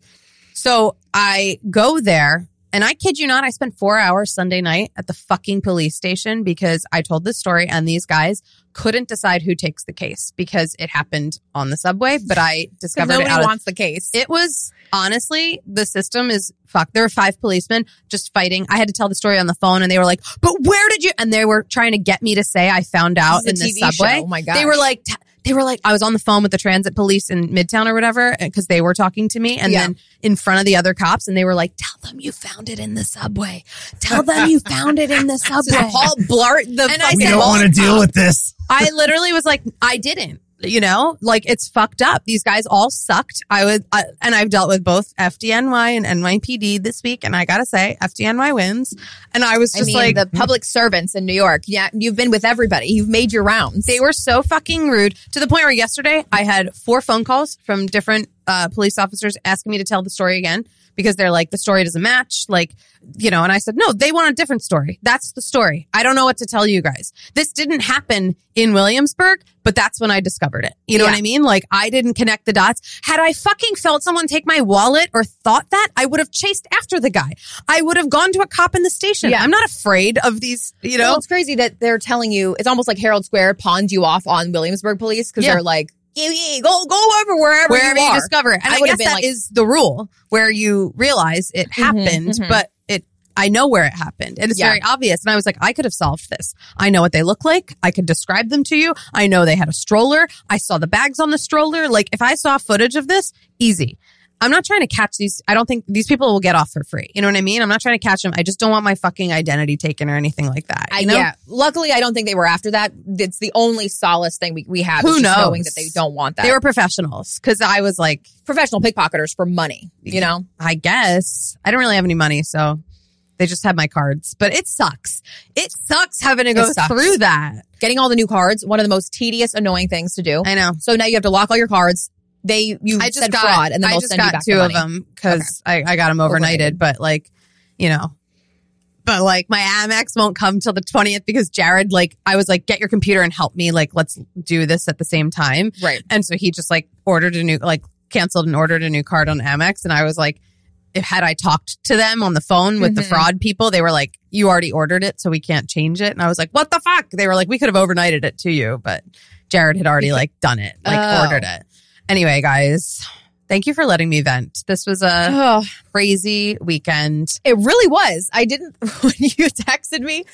Speaker 4: so I go there and I kid you not, I spent four hours Sunday night at the fucking police station because I told this story and these guys couldn't decide who takes the case because it happened on the subway,
Speaker 3: [LAUGHS]
Speaker 4: but I
Speaker 3: because
Speaker 4: discovered it
Speaker 3: nobody
Speaker 4: out of-
Speaker 3: wants the case.
Speaker 4: it was honestly, the system is fucked. There were five policemen just fighting. I had to tell the story on the phone and they were like, but where did you? And they were trying to get me to say I found out
Speaker 3: This
Speaker 4: in
Speaker 3: is
Speaker 4: the
Speaker 3: a TV
Speaker 4: subway.
Speaker 3: show. Oh my god,
Speaker 4: They were like, t- they were like, I was on the phone with the transit police in Midtown or whatever because they were talking to me, and
Speaker 3: Yeah.
Speaker 4: then in front of the other cops, and they were like, "Tell them you found it in the subway. Tell them you found
Speaker 3: [LAUGHS]
Speaker 4: it in the subway."
Speaker 3: Paul Blart the
Speaker 4: And I
Speaker 3: fucking
Speaker 5: We
Speaker 4: said,
Speaker 5: don't
Speaker 4: "Well,
Speaker 5: want to deal with this.
Speaker 4: I literally was like, I didn't. You know, like it's fucked up. These guys all sucked. I was, I, and I've dealt with both FDNY and NYPD this week, and I gotta say, FDNY wins. And I was
Speaker 3: I
Speaker 4: just
Speaker 3: mean,
Speaker 4: like,
Speaker 3: the public servants in New York. Yeah, you've been with everybody. You've made your rounds.
Speaker 4: they were so fucking rude to the point where yesterday I had four phone calls from different uh, police officers asking me to tell the story again because they're like the story doesn't match like you know and I said no they want a different story that's the story I don't know what to tell you guys this didn't happen in Williamsburg but that's when I discovered it you know what I mean like I didn't connect the dots had I fucking felt someone take my wallet or thought that I would have chased after the guy I would have gone to a cop in the station
Speaker 3: Yeah.
Speaker 4: I'm not afraid of these you
Speaker 3: Well,
Speaker 4: know
Speaker 3: it's crazy that they're telling you. It's almost like Herald Square pawned you off on Williamsburg police because
Speaker 4: Yeah.
Speaker 3: they're like, yeah, yeah, go go over wherever,
Speaker 4: wherever you,
Speaker 3: are.
Speaker 4: discover it. And
Speaker 3: I
Speaker 4: I,
Speaker 3: would've
Speaker 4: guess that
Speaker 3: been
Speaker 4: is
Speaker 3: like-
Speaker 4: the rule where you realize it happened,
Speaker 3: mhm.
Speaker 4: but it I know where it happened. And it's
Speaker 3: Yeah.
Speaker 4: very obvious. And I was like, I could have solved this. I know what they look like. I could describe them to you. I know they had a stroller. I saw the bags on the stroller. Like if I saw footage of this, easy. I'm not trying to catch these. I don't think these people will get off for free. You know what I mean? I'm not trying to catch them. I just don't want my fucking identity taken or anything like that.
Speaker 3: I
Speaker 4: you know?
Speaker 3: Yeah. Luckily, I don't think they were after that. It's the only solace thing we, we have.
Speaker 4: Who
Speaker 3: is just
Speaker 4: knows?
Speaker 3: Knowing that they don't want that.
Speaker 4: They were professionals because I was like,
Speaker 3: professional pickpocketers for money. You know,
Speaker 4: I guess. I don't really have any money, so they just had my cards. But it sucks. It sucks having to go
Speaker 3: sucks.
Speaker 4: through that.
Speaker 3: getting all the new cards one of the most tedious, annoying things to do.
Speaker 4: I know.
Speaker 3: So now you have to lock all your cards. They you
Speaker 4: I just
Speaker 3: said
Speaker 4: got
Speaker 3: fraud, and then
Speaker 4: I
Speaker 3: they'll
Speaker 4: just
Speaker 3: send you
Speaker 4: got
Speaker 3: back
Speaker 4: two
Speaker 3: the
Speaker 4: of
Speaker 3: money.
Speaker 4: them because I, I got them overnighted. But like, you know. But like my Amex won't come till the twentieth because Jared like I was like get your computer and help me like let's do this at the same time
Speaker 3: Right.
Speaker 4: and so he just like ordered a new like canceled and ordered a new card on Amex and I was like if had I talked to them on the phone with the
Speaker 3: Mhm.
Speaker 4: fraud people they were like you already ordered it so we can't change it and I was like what the fuck they were like we could have overnighted it to you but Jared had already like done it like
Speaker 3: Oh.
Speaker 4: ordered it anyway guys thank you for letting me vent this
Speaker 3: [GASPS]
Speaker 4: was a
Speaker 3: Oh,
Speaker 4: crazy weekend
Speaker 3: it really was. I didn't [LAUGHS] when you texted me.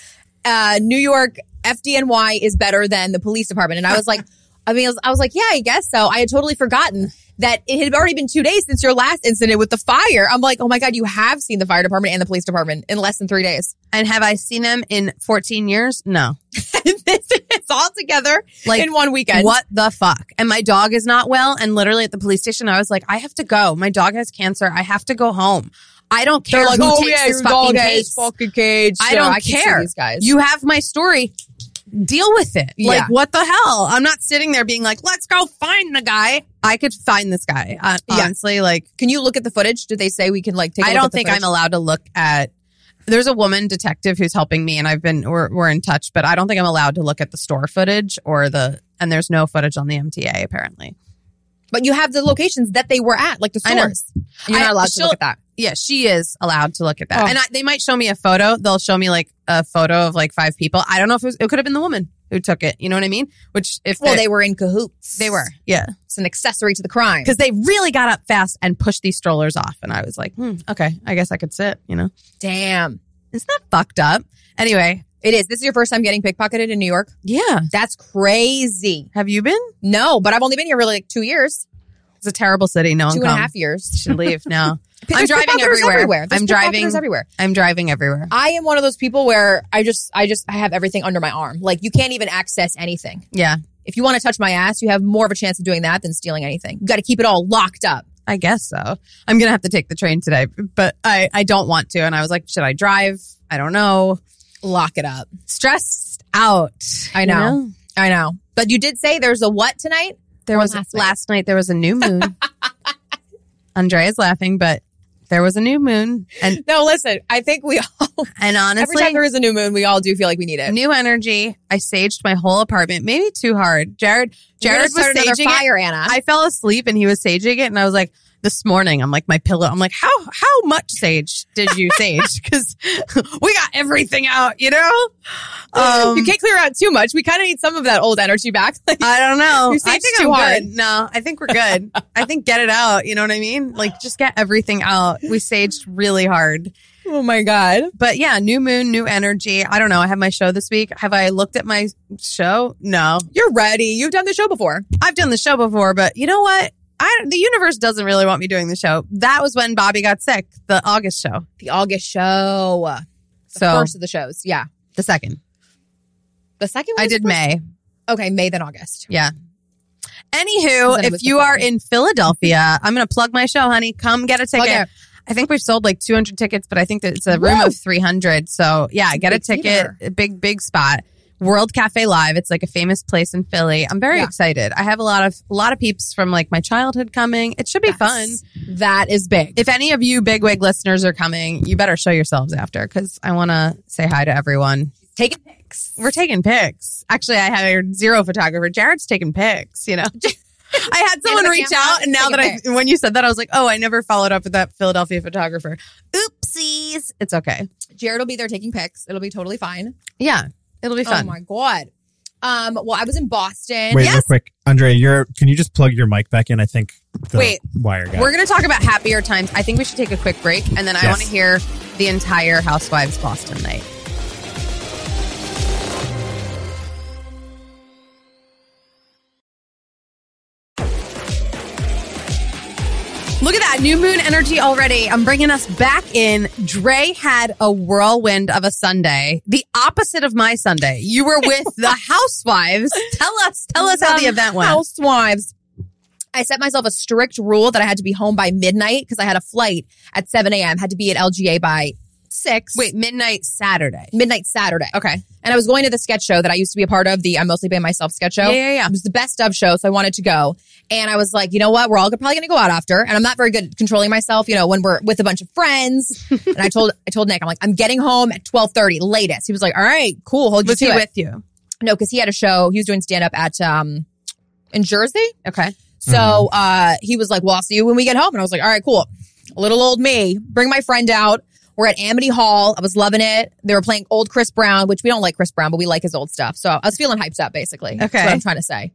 Speaker 3: Uh, New York FDNY is better than the police department, and I was like, [LAUGHS] I mean, I was, I was like, yeah, I guess so. I had totally forgotten that it had already been two days since your last incident with the fire. I'm like, oh my god, you have seen the fire department and the police department in less than three days. [LAUGHS]
Speaker 4: and have I seen them in 14 years no
Speaker 3: this is all together
Speaker 4: like
Speaker 3: in one weekend.
Speaker 4: What the fuck? And my dog is not well. And literally at the police station, I was like, I have to go. My dog has cancer. I have to go home. I don't care
Speaker 3: They're like,
Speaker 4: who
Speaker 3: oh
Speaker 4: takes
Speaker 3: yeah,
Speaker 4: this
Speaker 3: your dog
Speaker 4: fucking case.
Speaker 3: is fucking cage.
Speaker 4: I
Speaker 3: So
Speaker 4: don't
Speaker 3: can see
Speaker 4: care.
Speaker 3: These guys,
Speaker 4: You have my story. Deal with it.
Speaker 3: Yeah.
Speaker 4: Like, what the hell? I'm not sitting there being like, let's go find the guy. I could find this guy. Uh,
Speaker 3: Yeah.
Speaker 4: Honestly, like,
Speaker 3: can you look at the footage? Did they say we can like take? I
Speaker 4: I don't think I'm
Speaker 3: A-
Speaker 4: allowed to look at. There's a woman detective who's helping me, and I've been we're, we're in touch, but I don't think I'm allowed to look at the store footage or the and there's no footage on the MTA apparently.
Speaker 3: but you have the locations that they were at, like the
Speaker 4: I know.
Speaker 3: stores. You're not
Speaker 4: I-
Speaker 3: allowed to
Speaker 4: she'll-
Speaker 3: look at that.
Speaker 4: Yeah, she is allowed to look at that,
Speaker 3: Oh.
Speaker 4: and I, they might show me a photo. They'll show me like a photo of like five people. I don't know if it, was, it could have been the woman who took it. You know what I mean? Which if
Speaker 3: Well,
Speaker 4: they
Speaker 3: they were in cahoots.
Speaker 4: they were yeah
Speaker 3: It's an accessory to the crime.
Speaker 4: because they really got up fast and pushed these strollers off, and I was like, hmm, okay, I guess I could sit. You know,
Speaker 3: Damn,
Speaker 4: isn't that fucked up? Anyway,
Speaker 3: it is. This is your first time getting pickpocketed in New York.
Speaker 4: yeah.
Speaker 3: That's crazy.
Speaker 4: Have you been?
Speaker 3: No, but I've only been here really like two years,
Speaker 4: It's a terrible city. No one
Speaker 3: two and a half
Speaker 4: comes.
Speaker 3: years. [LAUGHS]
Speaker 4: Should leave now. I'm
Speaker 3: There's
Speaker 4: driving
Speaker 3: pickpocketers
Speaker 4: everywhere.
Speaker 3: There's
Speaker 4: I'm
Speaker 3: pickpocketers
Speaker 4: driving.
Speaker 3: everywhere.
Speaker 4: I'm driving everywhere.
Speaker 3: I am one of those people where I just, I just, I have everything under my arm. Like you can't even access anything.
Speaker 4: Yeah,
Speaker 3: If you want to touch my ass, you have more of a chance of doing that than stealing anything. You got to keep it all locked up.
Speaker 4: I guess so. I'm gonna have to take the train today, but I I don't want to. And I was like, should I drive? I don't know.
Speaker 3: Lock it up.
Speaker 4: Stressed out.
Speaker 3: I
Speaker 4: you
Speaker 3: know. I know. But you did say there's a what tonight?
Speaker 4: There
Speaker 3: Or
Speaker 4: was
Speaker 3: last
Speaker 4: last
Speaker 3: night. [LAUGHS]
Speaker 4: night. There was a new moon. Andrea's laughing, but There was a new moon, and
Speaker 3: No, listen, I think we all,
Speaker 4: and
Speaker 3: every
Speaker 4: honestly,
Speaker 3: time there is a new moon, we all do feel like we need it.
Speaker 4: new energy. I saged my whole apartment. Maybe too hard. Jared,
Speaker 3: We're gonna
Speaker 4: Jared was
Speaker 3: start another
Speaker 4: saging it.
Speaker 3: fire, Anna. [LAUGHS]
Speaker 4: I fell asleep and he was saging it, and I was like, this morning, I'm like my pillow. I'm like, how how much sage did you sage? [LAUGHS] Because we got everything out, you know.
Speaker 3: [LAUGHS]
Speaker 4: Um,
Speaker 3: you can't clear out too much. We kind of need some of that old energy back. Like,
Speaker 4: I don't know.
Speaker 3: You say
Speaker 4: I
Speaker 3: it's
Speaker 4: think
Speaker 3: too
Speaker 4: I'm
Speaker 3: hard.
Speaker 4: good. No, I think we're good. I think get it out. You know what I mean? Like just get everything out. We saged really hard.
Speaker 3: oh my God.
Speaker 4: But yeah, new moon, new energy. I don't know. I have my show this week. Have I looked at my show? No.
Speaker 3: You're ready. You've done the show before.
Speaker 4: I've done the show before, but you know what? I don't- the universe doesn't really want me doing the show. That was when Bobby got sick, the August show.
Speaker 3: The August show. The
Speaker 4: so
Speaker 3: first of the shows. Yeah.
Speaker 4: the second.
Speaker 3: The second one
Speaker 4: I
Speaker 3: was
Speaker 4: did
Speaker 3: the first-
Speaker 4: May.
Speaker 3: Okay, May then August.
Speaker 4: Yeah.
Speaker 3: And then
Speaker 4: Anywho,
Speaker 3: it
Speaker 4: if
Speaker 3: was
Speaker 4: you
Speaker 3: the
Speaker 4: are
Speaker 3: fall.
Speaker 4: in Philadelphia, I'm going to plug my show, honey. Come get a
Speaker 3: Plug
Speaker 4: ticket.
Speaker 3: it.
Speaker 4: I think we've sold like 200 tickets, but I think that it's a room
Speaker 3: Whoa.
Speaker 4: of 300. So yeah, get a
Speaker 3: big
Speaker 4: ticket.
Speaker 3: theater.
Speaker 4: A big, big spot. World Cafe Live. It's like a famous place in Philly. I'm very
Speaker 3: Yeah.
Speaker 4: excited. I have a lot of a lot of peeps from like my childhood coming. It should be fun.
Speaker 3: That is big.
Speaker 4: If any of you bigwig listeners are coming, you better show yourselves after because I want to say hi to everyone.
Speaker 3: Taking pics.
Speaker 4: We're taking pics. Actually, I hired zero photographer. Jared's taking
Speaker 3: [LAUGHS]
Speaker 4: pics, you know. I had someone
Speaker 3: the
Speaker 4: reach
Speaker 3: camera,
Speaker 4: out, and now
Speaker 3: taking
Speaker 4: that I, when you said that, I was like, oh, I never followed up with that Philadelphia photographer. Oopsies. It's okay.
Speaker 3: Jared will be there taking pics. It'll be totally fine.
Speaker 4: Yeah, it'll be
Speaker 3: Oh
Speaker 4: fun.
Speaker 3: my God. Um, well, I was in Boston.
Speaker 5: Wait,
Speaker 3: Yeah.
Speaker 5: real quick, Andrea, you're can you just plug your mic back in? I think the
Speaker 4: Wait,
Speaker 5: wire got
Speaker 4: We're going to talk about happier times. I think we should take a quick break, and then I
Speaker 5: Yes.
Speaker 4: want to hear the entire Housewives Boston night. Look at that new moon energy already. I'm bringing us back in. Dre had a whirlwind of a Sunday, the opposite of my Sunday. You were with the housewives. Tell us, tell us how the event went.
Speaker 3: Housewives. I set myself a strict rule that I had to be home by midnight because I had a flight at 7 a.m. Had to be at LGA by 6.
Speaker 4: Wait, midnight Saturday.
Speaker 3: midnight Saturday.
Speaker 4: Okay.
Speaker 3: And I was going to the sketch show that I used to be a part of, the I'm Mostly by Myself sketch show.
Speaker 4: Yeah, yeah, yeah.
Speaker 3: It was the best of show, so I wanted to go. And I was like, you know what? We're all probably going to go out after. And I'm not very good at controlling myself, you know, when we're with a bunch of
Speaker 4: [LAUGHS]
Speaker 3: friends. and I told I told Nick, I'm like, I'm getting home at 12:30 latest. He was like, all right, cool. Hold
Speaker 4: Was
Speaker 3: you
Speaker 4: he
Speaker 3: to it.
Speaker 4: with you?
Speaker 3: No, because he had a show. He was doing stand up at um in Jersey.
Speaker 4: Okay.
Speaker 3: So uh, he was like, "Well, I'll see you when we get home." And I was like, "All right, cool." Little old me, bring my friend out. We're at Amity Hall. I was loving it. They were playing old Chris Brown, which we don't like Chris Brown, but we like his old stuff. So I was feeling hyped up, basically. That's
Speaker 4: Okay.
Speaker 3: what I'm trying to say.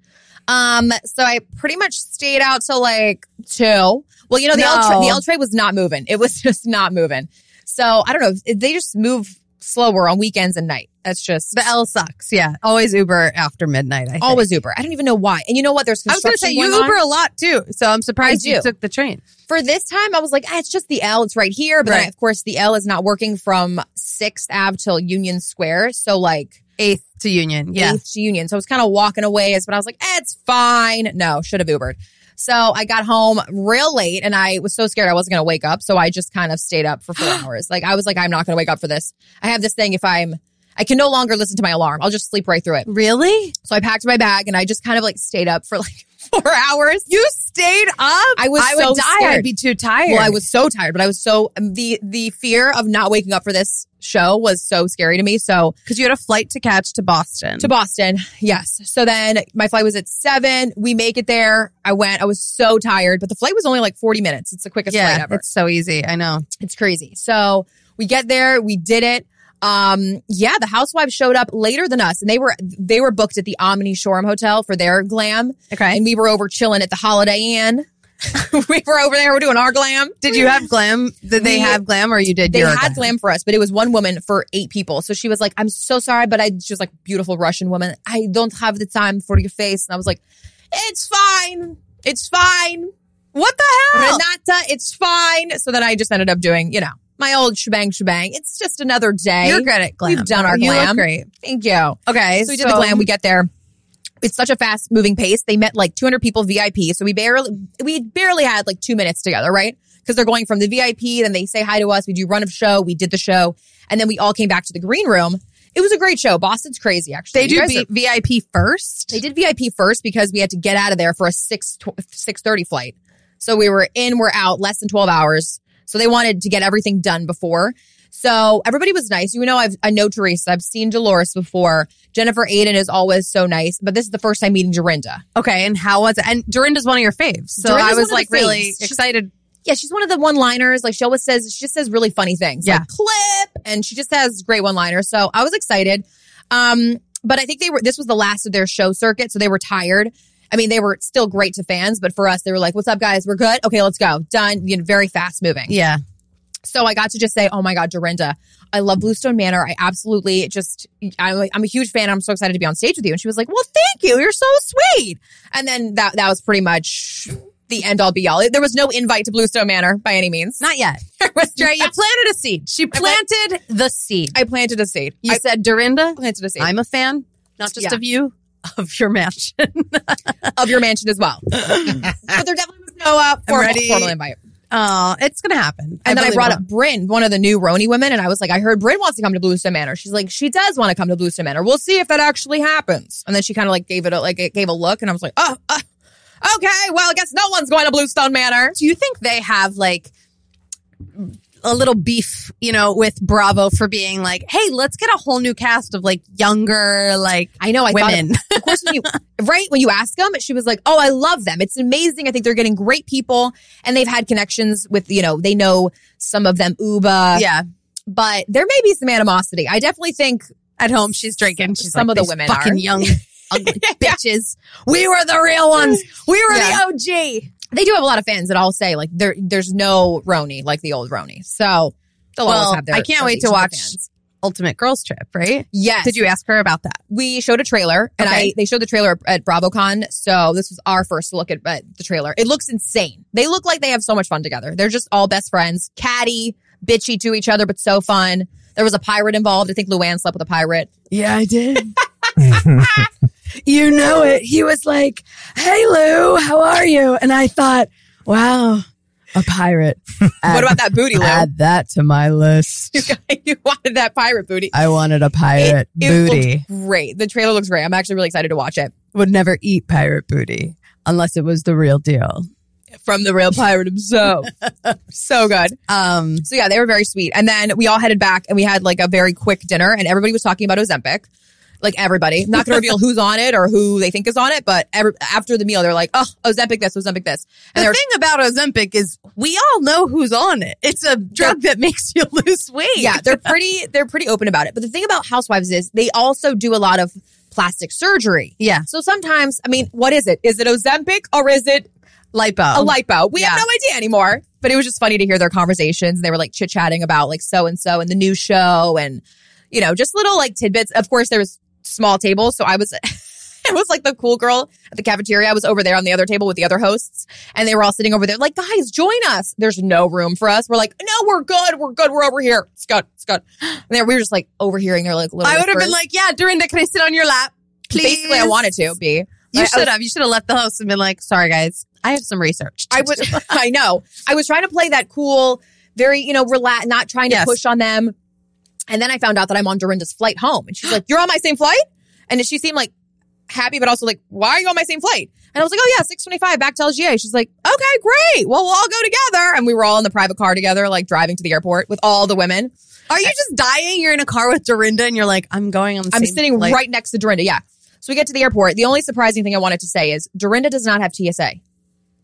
Speaker 3: Um, so I pretty much stayed out till like two. Well, you know the L
Speaker 4: No.
Speaker 3: tra- the L train was not moving. It was [LAUGHS] just not moving. So I don't know. If They just move slower on weekends and night. That's just
Speaker 4: The L sucks. Yeah. Always Uber after midnight. I think.
Speaker 3: always Uber. I don't even know why. And you know what? There's
Speaker 4: I was going to
Speaker 3: construction
Speaker 4: say you
Speaker 3: going on.
Speaker 4: Uber a lot too, so I'm surprised
Speaker 3: I
Speaker 4: you
Speaker 3: do.
Speaker 4: took the train.
Speaker 3: for this time, I was like, ah, it's just the L. It's right here. But
Speaker 4: Right.
Speaker 3: then, of course, the L is not working from 6th Ave till Union Square. So, like,
Speaker 4: Eighth to Union. Yeah.
Speaker 3: 8th to Union. So, I was kind of walking away. But I was like, eh, it's fine. No, should have Ubered. So, I got home real late and I was so scared I wasn't going to wake up. So, I just kind of stayed up for
Speaker 4: [GASPS]
Speaker 3: four hours. Like, I was like, I'm not going to wake up for this. I have this thing if I'm. I can no longer listen to my alarm. I'll just sleep right through it.
Speaker 4: Really?
Speaker 3: So I packed my bag and I just kind of like stayed up for like [LAUGHS] four hours.
Speaker 4: You stayed up. I was.
Speaker 3: I would die. I'd
Speaker 4: be too tired.
Speaker 3: Well, I was so tired, but I was so um, the the fear of not waking up for this show was so scary to me. So
Speaker 4: because you had a flight to catch to Boston.
Speaker 3: to Boston, yes. So then my flight was at seven. We make it there. I went. I was so tired, but the flight was only like forty minutes. It's the quickest flight
Speaker 4: yeah,
Speaker 3: ever.
Speaker 4: it's so easy. I know.
Speaker 3: It's crazy. So we get there, we did it. Um, yeah, the housewives showed up later than us, and they were they were booked at the Omni Shoreham Hotel for their glam,
Speaker 4: Okay.
Speaker 3: and we were over chilling at the Holiday Inn. [LAUGHS] we were over there, we're doing our glam.
Speaker 4: Did you have glam? Did they
Speaker 3: We-
Speaker 4: have glam, or you did?
Speaker 3: They
Speaker 4: your
Speaker 3: had glam for us, but it was one woman for eight people. So she was like, I'm so sorry, but I she was like, beautiful Russian woman. I don't have the time for your face. And I was like, it's fine. It's fine.
Speaker 4: What the hell?
Speaker 3: Renata, it's fine. So then I just ended up doing, you know, my old shebang shebang. It's just another day.
Speaker 4: You're good at glam.
Speaker 3: We've done our
Speaker 4: You look
Speaker 3: glam.
Speaker 4: great.
Speaker 3: Thank you.
Speaker 4: Okay.
Speaker 3: So we did the glam. We get there. It's such a fast moving pace. They met like 200 people VIP. So we barely, we barely had like two minutes together, right? Because they're going from the VIP, then they say hi to us. We do run of show. We did the show. And then we all came back to the green room. It was a great show. Boston's crazy, actually.
Speaker 4: They
Speaker 3: You
Speaker 4: do
Speaker 3: guys
Speaker 4: B-
Speaker 3: are-
Speaker 4: VIP first.
Speaker 3: they did VIP first because we had to get out of there for a 6, tw- 6.30 flight. So we were in, we're out, less than 12 hours. So they wanted to get everything done before. So everybody was nice. You know, I've, I know Teresa. I've seen Dolores before. Jennifer Aiden is always so nice, but this is the first time meeting Dorinda.
Speaker 4: Okay, and how was it? And Dorinda's one of your faves, so
Speaker 3: Dorinda's one
Speaker 4: I
Speaker 3: of
Speaker 4: was
Speaker 3: the
Speaker 4: like really
Speaker 3: faves. She's-
Speaker 4: excited.
Speaker 3: Yeah, she's one of the one liners. Like she always says, she just says really funny things.
Speaker 4: Yeah.
Speaker 3: Like clip. And she just has great one liners. So I was excited. Um, but I think they were, this was the last of their show circuit. So they were tired. I mean, they were still great to fans, but for us, they were like, what's up, guys? We're good. Okay, let's go. Done. You know, very fast moving.
Speaker 4: Yeah,
Speaker 3: So I got to just say, oh my God, Dorinda, I love Bluestone Manor. I absolutely just, I, I'm a huge fan. I'm so excited to be on stage with you. And she was like, well, thank you. You're so sweet. And then that, that was pretty much the end all be all. There was no invite to Bluestone Manor by any means. [LAUGHS]
Speaker 4: not yet.
Speaker 3: There was no-
Speaker 4: Right, you planted a seed. She planted the seed.
Speaker 3: I planted a seed.
Speaker 4: You
Speaker 3: I
Speaker 4: said Dorinda.
Speaker 3: planted a seed
Speaker 4: I'm a fan, not just
Speaker 3: Yeah.
Speaker 4: of you, of your [LAUGHS] mansion.
Speaker 3: of your mansion as
Speaker 4: [LAUGHS]
Speaker 3: well. but there definitely was no uh, formal,
Speaker 4: ready.
Speaker 3: formal invite.
Speaker 4: Oh, it's gonna happen.
Speaker 3: And then I
Speaker 4: believe
Speaker 3: brought
Speaker 4: it.
Speaker 3: up Bryn, one of the new Roni women, and I was like, I heard Bryn wants to come to Bluestone Manor. She's like, she does want to come to Bluestone Manor. We'll see if that actually happens. And then she kind of like gave it a, like it gave a look, and I was like, oh, uh, okay, well, I guess no one's going to Bluestone Manor.
Speaker 4: Do you think they have like a little beef, you know, with Bravo for being like, hey, let's get a whole new cast of like younger, like
Speaker 3: I know. I
Speaker 4: women.
Speaker 3: thought, of course, when you [LAUGHS] right when you ask them, she was like, "Oh, I love them. It's amazing. I think they're getting great people, and they've had connections with you know they know some of them Uba,
Speaker 4: [LAUGHS] yeah.
Speaker 3: but there may be some animosity. I definitely think
Speaker 4: At home, she's drinking. She's
Speaker 3: Some
Speaker 4: like,
Speaker 3: of the
Speaker 4: "These
Speaker 3: women
Speaker 4: fucking
Speaker 3: are."
Speaker 4: young, ugly bitches. We were the real ones. We were
Speaker 3: Yeah.
Speaker 4: the OG.
Speaker 3: they do have a lot of fans that all say like there there's no Roni like the old Roni. So they'll always
Speaker 4: Well,
Speaker 3: have their.
Speaker 4: I can't
Speaker 3: their
Speaker 4: wait
Speaker 3: legion
Speaker 4: to
Speaker 3: of
Speaker 4: watch
Speaker 3: fans.
Speaker 4: Ultimate Girls Trip, right?
Speaker 3: Yes,
Speaker 4: Did you ask her about that?
Speaker 3: we showed a trailer, and
Speaker 4: Okay.
Speaker 3: I they showed the trailer at BravoCon. So this was our first look at, at the trailer. It looks insane. They look like they have so much fun together. They're just all best friends, catty, bitchy to each other, but so fun. There was a pirate involved. I think Luann slept with a pirate.
Speaker 4: Yeah, I [LAUGHS] did. you know it. He was like, Hey, Lou, how are you? And I thought, Wow, a [LAUGHS] pirate.
Speaker 3: what about that booty, Lou?
Speaker 4: Add that to my list.
Speaker 3: [LAUGHS]
Speaker 4: [LAUGHS]
Speaker 3: you wanted that pirate booty.
Speaker 4: I wanted a pirate
Speaker 3: It- it
Speaker 4: booty.
Speaker 3: looked great. The trailer looks great. I'm actually really excited to watch it.
Speaker 4: Would never eat pirate booty unless it was the real deal.
Speaker 3: From the real pirate himself. so good.
Speaker 4: Um,
Speaker 3: So yeah, they were very sweet. And then we all headed back and we had like a very quick dinner and everybody was talking about Ozempic. Like everybody. I'm not going to reveal who's on it or who they think is on it, but every, after the meal, they're like, oh, Ozempic this, Ozempic this. And
Speaker 4: the
Speaker 3: they're,
Speaker 4: thing about Ozempic is we all know who's on it. It's a drug that makes you [LAUGHS] lose weight.
Speaker 3: yeah, they're pretty, they're pretty open about it. But the thing about housewives is they also do a lot of plastic surgery.
Speaker 4: Yeah.
Speaker 3: So sometimes, I mean, what is it? Is it Ozempic or is it
Speaker 4: Lipo.
Speaker 3: a lipo. We have
Speaker 4: Yeah.
Speaker 3: no idea anymore. But it was just funny to hear their conversations. They were like chit chatting about like so and so and the new show and, you know, just little like tidbits. Of course, there was small tables. So I was, [LAUGHS] I was like the cool girl at the cafeteria. I was over there on the other table with the other hosts and they were all sitting over there like, guys, join us. There's no room for us. We're like, no, we're good. We're good. We're over here. It's good. It's good. And they- we were just like overhearing their like little
Speaker 4: I would have been
Speaker 3: whispers.
Speaker 4: like, Yeah, Dorinda, can I sit on your lap? Please.
Speaker 3: basically, I wanted to be.
Speaker 4: You
Speaker 3: I- I
Speaker 4: should have. You should have left the host and been like, sorry, guys, I have some research.
Speaker 3: I would. [LAUGHS] I know. I was trying to play that cool, very you know, relax, not trying to
Speaker 4: Yes.
Speaker 3: push on them. And then I found out that I'm on Dorinda's flight home,
Speaker 4: [GASPS]
Speaker 3: and she's like, "You're on my same flight," and she seemed like happy, but also like, "Why are you on my same flight?" And I was like, "Oh yeah, six twenty five back to LGA." She's like, "Okay, great. Well, we'll all go together." And we were all in the private car together, like driving to the airport with all the women.
Speaker 4: [LAUGHS] Are you just dying? You're in a car with Dorinda and you're like, I'm going on the
Speaker 3: I'm
Speaker 4: same
Speaker 3: sitting
Speaker 4: flight.
Speaker 3: right next to Dorinda. Yeah. So we get to the airport. The only surprising thing I wanted to say is Dorinda does not have TSA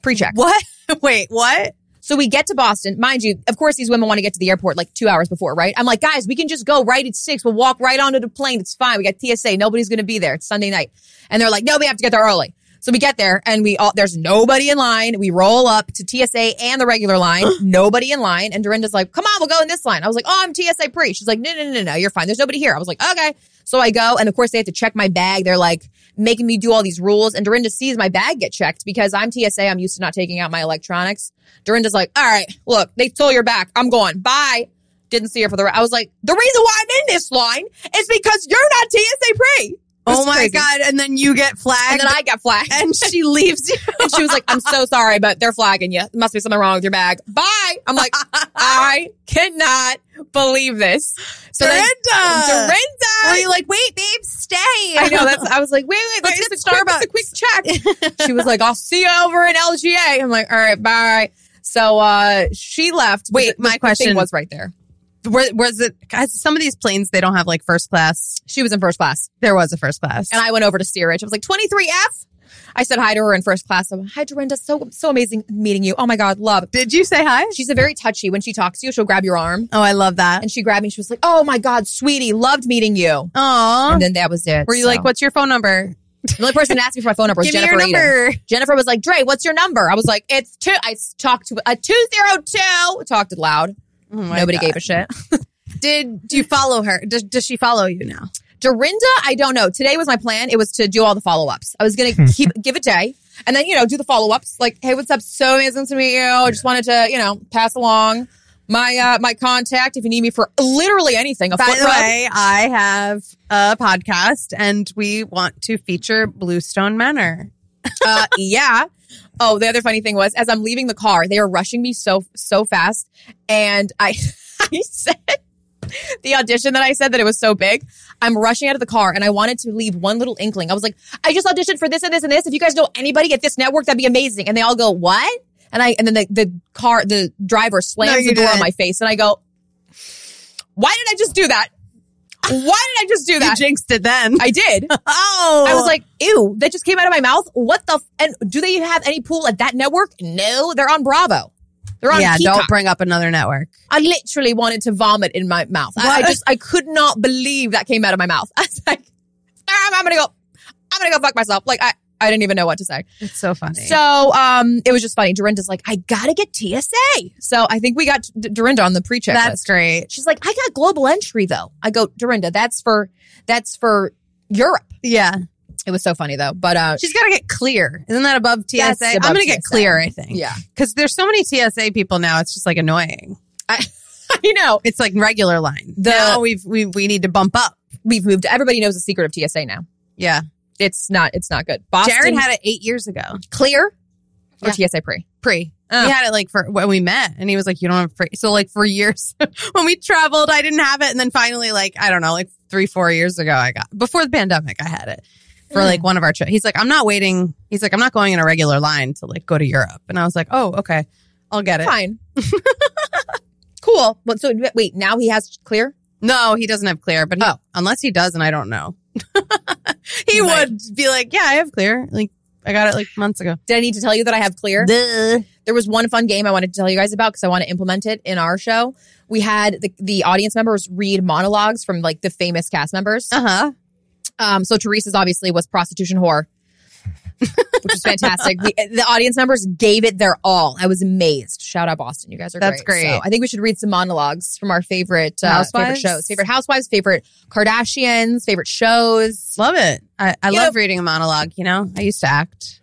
Speaker 3: pre check.
Speaker 4: [LAUGHS] What? [LAUGHS] Wait, what?
Speaker 3: So we get to Boston. Mind you, of course, these women want to get to the airport like two hours before, right? I'm like, guys, we can just go right at six. We'll walk right onto the plane. It's fine. We got TSA. Nobody's going to be there. It's Sunday night. And they're like, no, we have to get there early. So we get there and we all, there's nobody in line. We roll up to TSA and the regular line. nobody in line. And Dorinda's like, come on, we'll go in this line. I was like, oh, I'm TSA pre. She's like, no, no, no, no, no, you're fine. There's nobody here. I was like, okay. So I go. And of course, they have to check my bag. They're like making me do all these rules. And Dorinda sees my bag get checked because I'm TSA. I'm used to not taking out my electronics. Dorinda's like, all right, look, they stole your back. I'm going. Bye. Didn't see her for the rest. I was like, the reason why I'm in this line is because you're not TSA pre.
Speaker 4: oh my God. And then you get flagged.
Speaker 3: And then I got flagged.
Speaker 4: [LAUGHS] and she leaves you.
Speaker 3: And she was like, I'm so sorry, but they're flagging you. There must be something wrong with your bag. Bye. I'm like, I cannot believe this. So then-
Speaker 4: Dorinda! Were
Speaker 3: Dorinda!
Speaker 4: you like, wait, babe, stay?
Speaker 3: I know
Speaker 4: [LAUGHS]
Speaker 3: that's I was like, wait, wait, let's
Speaker 4: Let's
Speaker 3: get
Speaker 4: get
Speaker 3: the Starbucks. Quick, it's a quick check. she was like, I'll see you over in LGA. I'm like, all right, bye. So uh, she left. but
Speaker 4: Wait,
Speaker 3: the-
Speaker 4: my
Speaker 3: the thing
Speaker 4: question-
Speaker 3: was right there.
Speaker 4: Was, was it? Guys, some of these planes they don't have like first class. [LAUGHS]
Speaker 3: She was in first class.
Speaker 4: There was a first class.
Speaker 3: And I went over to steerage. I was like, 23F. I said hi to her in first class. I'm, hi, Dorinda. So, so amazing meeting you. Oh my God, love.
Speaker 4: did you say [LAUGHS] hi?
Speaker 3: She's a very touchy. When she talks to you, she'll grab your arm.
Speaker 4: oh, I love that.
Speaker 3: And she grabbed me. She was like, oh my God, sweetie, loved meeting you.
Speaker 4: Aw.
Speaker 3: And then that was it.
Speaker 4: Were you
Speaker 3: So-
Speaker 4: like, what's your phone number?
Speaker 3: The only person that asked me for my phone number was
Speaker 4: [LAUGHS] Give me
Speaker 3: Jennifer
Speaker 4: your
Speaker 3: Aiden.
Speaker 4: number.
Speaker 3: Jennifer was like, Dre, what's your number? I was like, it's two. I s- talked to a 202. Talked loud.
Speaker 4: Oh
Speaker 3: Nobody gave a shit.
Speaker 4: Did do you follow her? Does, does she follow you now?
Speaker 3: Dorinda, I don't know. Today was my plan. It was to do all the follow ups. I was going to keep give a day and then, you know, do the follow ups. Like, hey, what's up? So amazing to meet you. I just wanted to, you know, pass along my uh, my contact if you need me for literally anything. A
Speaker 4: By
Speaker 3: foot
Speaker 4: the
Speaker 3: rub.
Speaker 4: way, I have a podcast and we want to feature Bluestone Manor.
Speaker 3: uh, yeah. Oh, the other funny thing was as I'm leaving the car, they were rushing me so so fast, and I [LAUGHS] I said the audition that I said that it was so big. I'm rushing out of the car, and I wanted to leave one little inkling. I was like, I just auditioned for this and this and this. If you guys know anybody at this network, that'd be amazing. And they all go, what? And I and then the, the car the driver slams
Speaker 4: No,
Speaker 3: the
Speaker 4: you
Speaker 3: door on
Speaker 4: didn't.
Speaker 3: my face, and I go, why did I just do that? Why did I just do that?
Speaker 4: jinxed it then.
Speaker 3: I
Speaker 4: [LAUGHS]
Speaker 3: did.
Speaker 4: oh,
Speaker 3: I was like, ew, that just came out of my mouth. What the? F-? And do they have any pool at that network? No, they're on Bravo. They're on
Speaker 4: yeah,
Speaker 3: Peacock.
Speaker 4: don't bring up another network.
Speaker 3: I literally wanted to vomit in my mouth. I, I
Speaker 4: What?
Speaker 3: just, I could not believe that came out of my mouth. [LAUGHS] I was like, I'm, I'm gonna go, I'm gonna go fuck myself. Like I, I didn't even know what to say.
Speaker 4: It's so funny.
Speaker 3: So, um, it was just funny. Dorinda's like, I gotta get TSA. So I think we got D- Dorinda on the pre check
Speaker 4: that's great.
Speaker 3: She's like, I got global entry though. I go, Dorinda, that's for, that's for Europe.
Speaker 4: Yeah,
Speaker 3: It was so funny though. But uh,
Speaker 4: she's got to get clear. Isn't that above TSA?
Speaker 3: That's
Speaker 4: I'm
Speaker 3: above
Speaker 4: gonna get
Speaker 3: TSA.
Speaker 4: clear. I think.
Speaker 3: yeah.
Speaker 4: because there's so many TSA people now. It's just like annoying.
Speaker 3: [LAUGHS] you know,
Speaker 4: It's like regular line.
Speaker 3: The-
Speaker 4: now we've we we need to bump up.
Speaker 3: we've moved. Everybody knows the secret of TSA now.
Speaker 4: Yeah,
Speaker 3: It's not. It's not good. Boston
Speaker 4: Jared had it eight years ago.
Speaker 3: clear or
Speaker 4: Yeah.
Speaker 3: TSA pre.
Speaker 4: Pre.
Speaker 3: Oh.
Speaker 4: He had it like for when we met, and he was like, "You don't have pre." So like for years [LAUGHS] when we traveled, I didn't have it, and then finally, like I don't know, like three four years ago, I got before the pandemic, I had it for
Speaker 3: Mm.
Speaker 4: like one of our trips. He's like, "I'm not waiting." He's like, "I'm not going in a regular line to like go to Europe," and I was like, "Oh, okay, I'll get it."
Speaker 3: Fine. [LAUGHS] cool. Well, so wait, now he has clear.
Speaker 4: No, he doesn't have clear, but he,
Speaker 3: Oh.
Speaker 4: unless he does, and I don't know, [LAUGHS] he
Speaker 3: He might.
Speaker 4: would be like, "Yeah, I have clear." Like I got it like months ago.
Speaker 3: Did I need to tell you that I have clear? There was one fun game I wanted to tell you guys about because I want to implement it in our show. We had the, the audience members read monologues from like the famous cast members.
Speaker 4: Uh huh.
Speaker 3: Um, so Teresa's obviously was prostitution whore, which is fantastic. We, the audience members gave it their all. I was amazed. Shout out Boston, you guys are
Speaker 4: That's
Speaker 3: great.
Speaker 4: great.
Speaker 3: So I think we should read some monologues from our favorite uh, favorite
Speaker 4: Housewives?
Speaker 3: shows, favorite housewives, favorite Kardashians, favorite shows.
Speaker 4: Love it. I, I
Speaker 3: You
Speaker 4: love reading a monologue, you know? I used to act.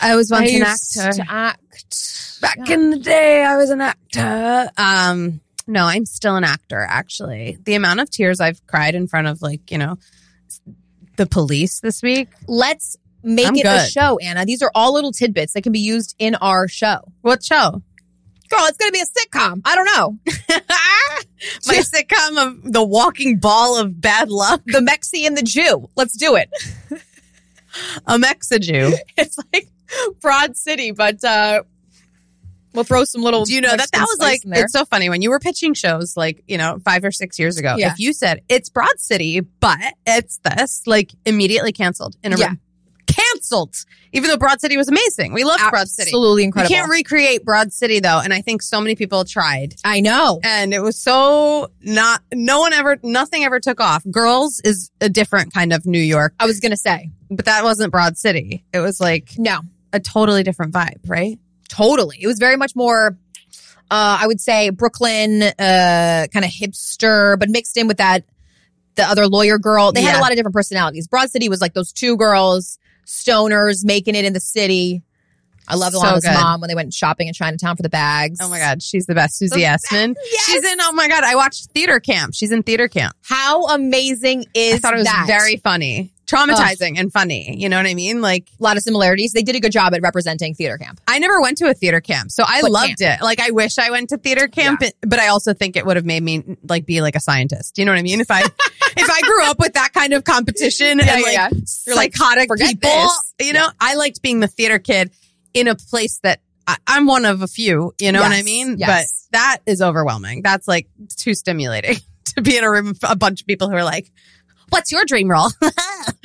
Speaker 4: I was once an actor.
Speaker 3: to act.
Speaker 4: Back
Speaker 3: Yeah.
Speaker 4: in the day, I was an actor. Um, no, I'm still an actor, actually. The amount of tears I've cried in front of, like, you know, the police this week.
Speaker 3: Let's make
Speaker 4: I'm
Speaker 3: it a
Speaker 4: good.
Speaker 3: show, Anna. These are all little tidbits that can be used in our show.
Speaker 4: What show?
Speaker 3: Girl, it's going to be a sitcom. I don't [LAUGHS] know.
Speaker 4: [LAUGHS] My sitcom of the walking ball of bad luck,
Speaker 3: The Mexi and the Jew. Let's do it.
Speaker 4: a Mexiju.
Speaker 3: it's like Broad City, but uh, we'll throw some little.
Speaker 4: Do you know that
Speaker 3: Mexican
Speaker 4: that was
Speaker 3: spice
Speaker 4: like
Speaker 3: in there.
Speaker 4: it's so funny when you were pitching shows like you know five or six years ago.
Speaker 3: Yeah.
Speaker 4: If you said it's Broad City, but it's this, like immediately canceled in a
Speaker 3: Yeah.
Speaker 4: room. Canceled, even though Broad City was amazing. We loved Broad City.
Speaker 3: absolutely
Speaker 4: You
Speaker 3: incredible.
Speaker 4: can't recreate Broad City though, and I think so many people tried,
Speaker 3: I know.
Speaker 4: and it was so not. No one ever, nothing ever took off. Girls is a different kind of New York,
Speaker 3: I was gonna say
Speaker 4: but that wasn't Broad City. It was like
Speaker 3: no,
Speaker 4: a totally different vibe, right?
Speaker 3: totally. It was very much more. Uh, I would say Brooklyn, uh, kind of hipster, but mixed in with that the other lawyer girl. They had a
Speaker 4: Yeah.
Speaker 3: lot of different personalities. Broad City was like those two girls, stoners making it in the city. I love
Speaker 4: So
Speaker 3: Alana's
Speaker 4: good.
Speaker 3: mom when they went shopping in Chinatown for the bags.
Speaker 4: Oh my God, she's the best. Susie Essman.
Speaker 3: Yes.
Speaker 4: She's in, oh my God, I watched theater camp. She's in theater camp.
Speaker 3: How amazing is
Speaker 4: I thought it was
Speaker 3: that?
Speaker 4: very funny, traumatizing and funny. You know what I mean? Like,
Speaker 3: a lot of similarities. They did a good job at representing theater camp.
Speaker 4: I never went to a theater camp, so I
Speaker 3: But
Speaker 4: loved it. Like, I wish I went to theater camp, but I also think it would have made me like be like a scientist. You know what I mean? If I [LAUGHS] if I grew up with that kind of competition
Speaker 3: Yeah,
Speaker 4: and like
Speaker 3: yeah, yeah. You're like,
Speaker 4: psychotic
Speaker 3: "Forget
Speaker 4: people,
Speaker 3: this."
Speaker 4: you know, I liked being the theater kid in a place that I, I'm one of a few, you know what I
Speaker 3: Yes,
Speaker 4: mean?
Speaker 3: yes.
Speaker 4: But that is overwhelming. That's like too stimulating [LAUGHS] to be in a room of a bunch of people who are like, what's your dream role? [LAUGHS]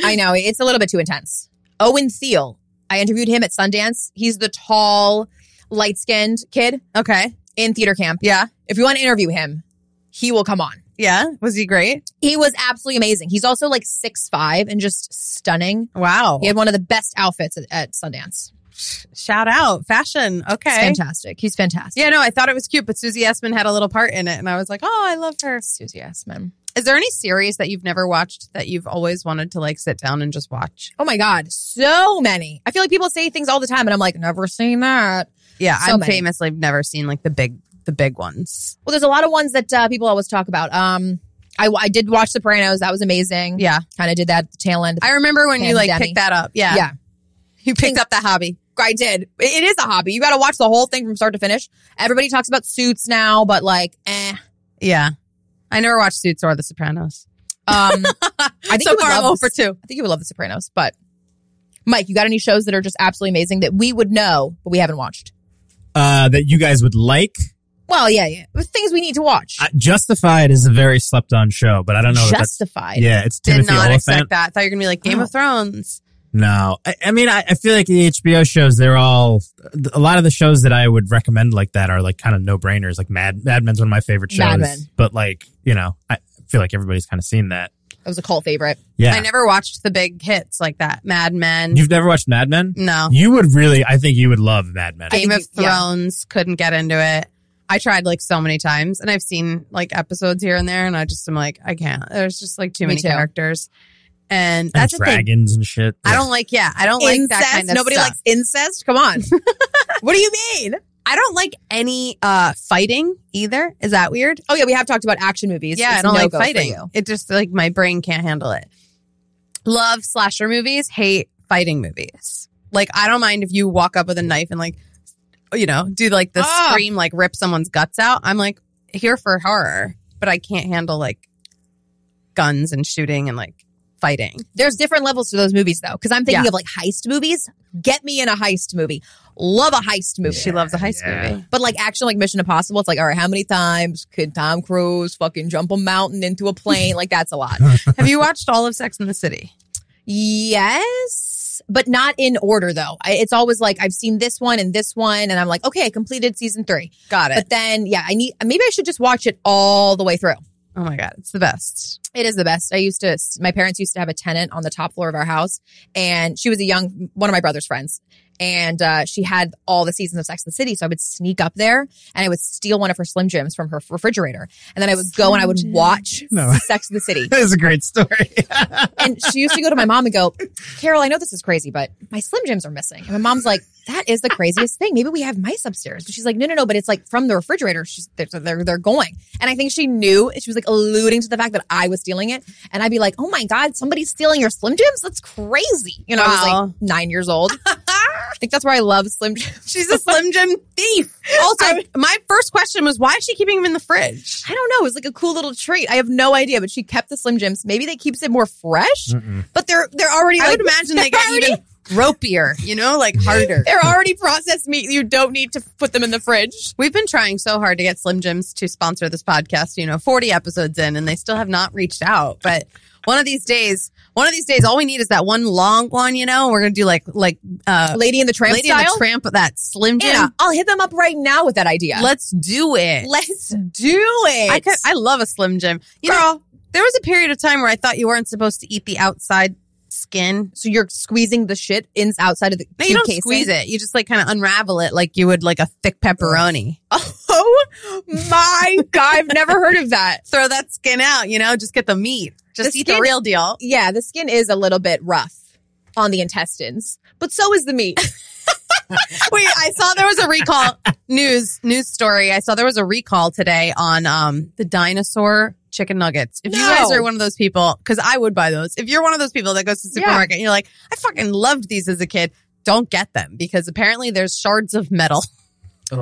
Speaker 3: I know it's a little bit too intense. Owen Thiel, I interviewed him at Sundance. He's the tall, light skinned kid
Speaker 4: okay.
Speaker 3: in theater camp.
Speaker 4: Yeah.
Speaker 3: If you want to interview him, he will come on.
Speaker 4: Yeah. Was he great?
Speaker 3: He was absolutely amazing. He's also like six five and just stunning.
Speaker 4: Wow.
Speaker 3: He had one of the best outfits at, at Sundance.
Speaker 4: Shout out. Fashion. Okay.
Speaker 3: It's fantastic. He's fantastic.
Speaker 4: Yeah, no, I thought it was cute, but Susie Essman had a little part in it, and I was like, oh, I love her.
Speaker 3: Susie Essman.
Speaker 4: Is there any series that you've never watched that you've always wanted to like sit down and just watch?
Speaker 3: Oh my God. So many. I feel like people say things all the time and I'm like, never seen that.
Speaker 4: Yeah,
Speaker 3: So
Speaker 4: I'm
Speaker 3: many.
Speaker 4: famously never seen like the big the big ones.
Speaker 3: Well, there's a lot of ones that uh, people always talk about. Um, I, I did watch Sopranos. That was amazing.
Speaker 4: Yeah,
Speaker 3: Kind of did that at the tail end.
Speaker 4: I remember when you like
Speaker 3: Pandemic.
Speaker 4: picked that up. Yeah,
Speaker 3: Yeah.
Speaker 4: you picked up the hobby.
Speaker 3: I did. It- It is a hobby. You got to watch the whole thing from start to finish. Everybody talks about suits now, but like, eh.
Speaker 4: Yeah, I never watched Suits or The Sopranos. [LAUGHS]
Speaker 3: Um, I think
Speaker 4: so
Speaker 3: you would
Speaker 4: far
Speaker 3: love
Speaker 4: I'm zero
Speaker 3: this-
Speaker 4: for two.
Speaker 3: I think you would love The Sopranos, but Mike, you got any shows that are just absolutely amazing that we would know, but we haven't watched?
Speaker 5: Uh, that you guys would like.
Speaker 3: Well, yeah, yeah. But Things we need to watch.
Speaker 5: Uh, Justified is a very slept on show, but I don't know. if that's,
Speaker 3: Justified.
Speaker 5: yeah, it's
Speaker 4: Did
Speaker 5: Timothy
Speaker 4: not expect
Speaker 5: Oliphant.
Speaker 4: that. I thought you were gonna be like
Speaker 3: Oh.
Speaker 4: Game of Thrones.
Speaker 5: No, I, I mean, I, I feel like the HBO shows, they're all, a lot of the shows that I would recommend like that are like kind of no brainers. Like Mad, Mad Men's one of my favorite shows.
Speaker 3: Mad Men.
Speaker 5: But like, you know, I feel like everybody's kind of seen that.
Speaker 3: It was a cult favorite.
Speaker 5: Yeah.
Speaker 4: I never watched the big hits like that. Mad Men.
Speaker 5: You've never watched Mad Men?
Speaker 4: no,
Speaker 5: You would really, I think you would love Mad Men.
Speaker 3: I-
Speaker 4: Game
Speaker 3: think
Speaker 4: of
Speaker 3: you- yeah.
Speaker 4: Thrones couldn't get into it. I tried like so many times and I've seen like episodes here and there and I just am like, I can't. There's just like too
Speaker 3: Me
Speaker 4: many
Speaker 3: too.
Speaker 4: characters. And
Speaker 5: and
Speaker 4: that's the thing.
Speaker 5: dragons and shit.
Speaker 4: I don't like yeah, I don't like that kind of
Speaker 3: Nobody
Speaker 4: stuff.
Speaker 3: likes incest. Come
Speaker 4: [LAUGHS]
Speaker 3: on. what do you mean?
Speaker 4: I don't like any uh fighting either. Is that weird?
Speaker 3: Oh yeah, we have talked about action movies.
Speaker 4: yeah,
Speaker 3: It's
Speaker 4: I don't like
Speaker 3: no-go for
Speaker 4: fighting.
Speaker 3: you.
Speaker 4: It just like my brain can't handle it. Love slasher movies, hate fighting movies. Like I don't mind if you walk up with a knife and like you know, do like the
Speaker 3: Ah.
Speaker 4: scream like rip someone's guts out. I'm like here for horror, but I can't handle like guns and shooting and like
Speaker 3: [LAUGHS]
Speaker 4: fighting.
Speaker 3: There's different levels to those movies though, because I'm thinking
Speaker 4: Yeah.
Speaker 3: of like heist movies. Get me in a heist movie. Love a heist movie.
Speaker 4: She loves a heist
Speaker 5: yeah.
Speaker 4: movie.
Speaker 3: But like action, like Mission Impossible, it's like, all right, how many times could Tom Cruise fucking jump a mountain into a plane? Like that's a lot.
Speaker 4: Have you watched all of Sex in the City?
Speaker 3: yes, but not in order though. I, it's always like I've seen this one and this one, and I'm like, okay, I completed season three.
Speaker 4: Got it.
Speaker 3: But then, yeah, I need maybe I should just watch it all the way through.
Speaker 4: oh my god, it's the best.
Speaker 3: It is the best. I used to, my parents used to have a tenant on the top floor of our house, and she was a young, one of my brother's friends. And uh, she had all the seasons of Sex and the City. So I would sneak up there and I would steal one of her Slim Jims from her refrigerator. And then I would go and I would watch
Speaker 5: No.
Speaker 3: Sex and the City.
Speaker 5: [LAUGHS] That is a great story.
Speaker 3: And she used to go to my mom and go, Carol, I know this is crazy, but my Slim Jims are missing. And my mom's like, that is the craziest thing. Maybe we have mice upstairs. And she's like, no, no, no, but it's like from the refrigerator. She's, they're, they're, they're going. And I think she knew, she was like alluding to the fact that I was stealing it. And I'd be like, oh my God, somebody's stealing your Slim Jims? That's crazy. You know, I was
Speaker 4: Wow.
Speaker 3: like nine years
Speaker 4: [LAUGHS]
Speaker 3: old. I think that's where I love Slim Jims.
Speaker 4: She's a Slim Jim thief. Also, my first question was why is she keeping him in the fridge?
Speaker 3: [LAUGHS] I don't know. It was like a cool little treat. I have no idea, but she kept the Slim Jims. Maybe that keeps it more
Speaker 4: Mm-hmm.
Speaker 3: fresh, but they're they're already.
Speaker 4: I
Speaker 3: like,
Speaker 4: would imagine they get
Speaker 3: already-
Speaker 4: even ropier, you know, like harder.
Speaker 3: They're already processed meat. You don't need to put them in the fridge.
Speaker 4: We've been trying so hard to get Slim Jims to sponsor this podcast, you know, 40 episodes in, and they still have not reached out. But one of these days, one of these days, all we need is that one long one, you know, we're going to do like, like, uh,
Speaker 3: Lady in the Tramp
Speaker 4: Lady and
Speaker 3: style.
Speaker 4: the Tramp, that Slim Jim.
Speaker 3: Anna, I'll hit them up right now with that idea.
Speaker 4: Let's do it.
Speaker 3: Let's do it.
Speaker 4: I, could, I love a Slim Jim. You know, there was a period of time where I thought you weren't supposed to eat the outside skin.
Speaker 3: so you're squeezing the shit in outside of the
Speaker 4: No, you don't squeeze it. You just like kind of unravel it like you would like a thick pepperoni.
Speaker 3: Oh
Speaker 4: [LAUGHS]
Speaker 3: my god! I've never heard of that.
Speaker 4: Throw that skin out, you know, just get the meat. Just
Speaker 3: The
Speaker 4: eat the
Speaker 3: skin-
Speaker 4: real deal.
Speaker 3: Yeah, the skin is a little bit rough on the intestines, but so is the meat.
Speaker 4: Wait, I saw there was a recall news news story. I saw there was a recall today on um the dinosaur chicken nuggets. If you
Speaker 3: No.
Speaker 4: guys are one of those people, because I would buy those. If you're one of those people that goes to the
Speaker 3: Yeah.
Speaker 4: supermarket and you're like, I fucking loved these as a kid, don't get them because apparently there's shards of metal.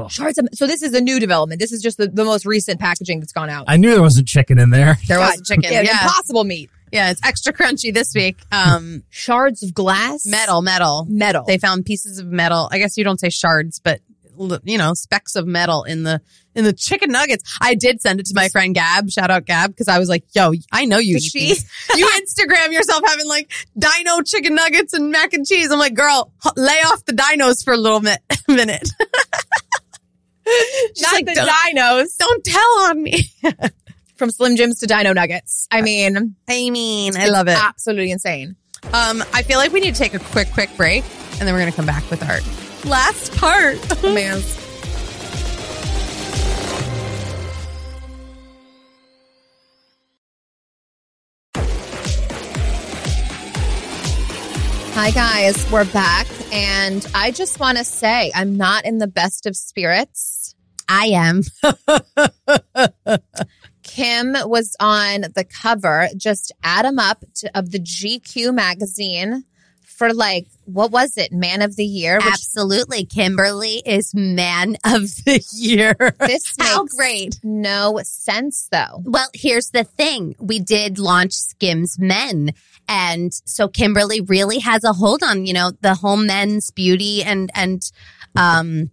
Speaker 3: Shards of, so this is a new development. This is just the, the most recent packaging that's gone out.
Speaker 5: I knew there wasn't chicken in there.
Speaker 4: There was a
Speaker 3: God,
Speaker 4: chicken. Yeah,
Speaker 3: Yeah,
Speaker 4: yeah.
Speaker 3: impossible meat.
Speaker 4: it's extra crunchy this week. Um
Speaker 3: Shards of glass,
Speaker 4: metal, metal.
Speaker 3: metal.
Speaker 4: They found pieces of metal. I guess you don't say shards, but l- you know specks of metal in the in the chicken nuggets. I did send it to my friend Gab. Shout out Gab because I was like, "Yo, I know you
Speaker 3: Did
Speaker 4: eat
Speaker 3: she?
Speaker 4: these. You Instagram yourself having like dino chicken nuggets and mac and cheese." I'm like, "Girl, h- lay off the dinos for a little mi- [LAUGHS] minute." She's
Speaker 3: Not
Speaker 4: like,
Speaker 3: the
Speaker 4: "Don't-
Speaker 3: dinos.
Speaker 4: Don't tell on me.
Speaker 3: From Slim Jims to Dino Nuggets. I mean,
Speaker 4: I mean, I love it.
Speaker 3: absolutely insane.
Speaker 4: Um, I feel like we need to take a quick, quick break, and then we're gonna come back with our last part.
Speaker 3: Amazing. Hi, guys. We're back. And I just want to say I'm not in the best of spirits.
Speaker 4: I am. [LAUGHS]
Speaker 3: Kim was on the cover, just add 'em up to, of the GQ magazine for like, what was it, Man of the Year? Which
Speaker 4: Absolutely. Kimberly is man of the year.
Speaker 3: this
Speaker 4: How
Speaker 3: makes
Speaker 4: great.
Speaker 3: no sense, though.
Speaker 6: Well, here's the thing. We did launch Skims Men. And so Kimberly really has a hold on, you know, the whole men's beauty and, and, um,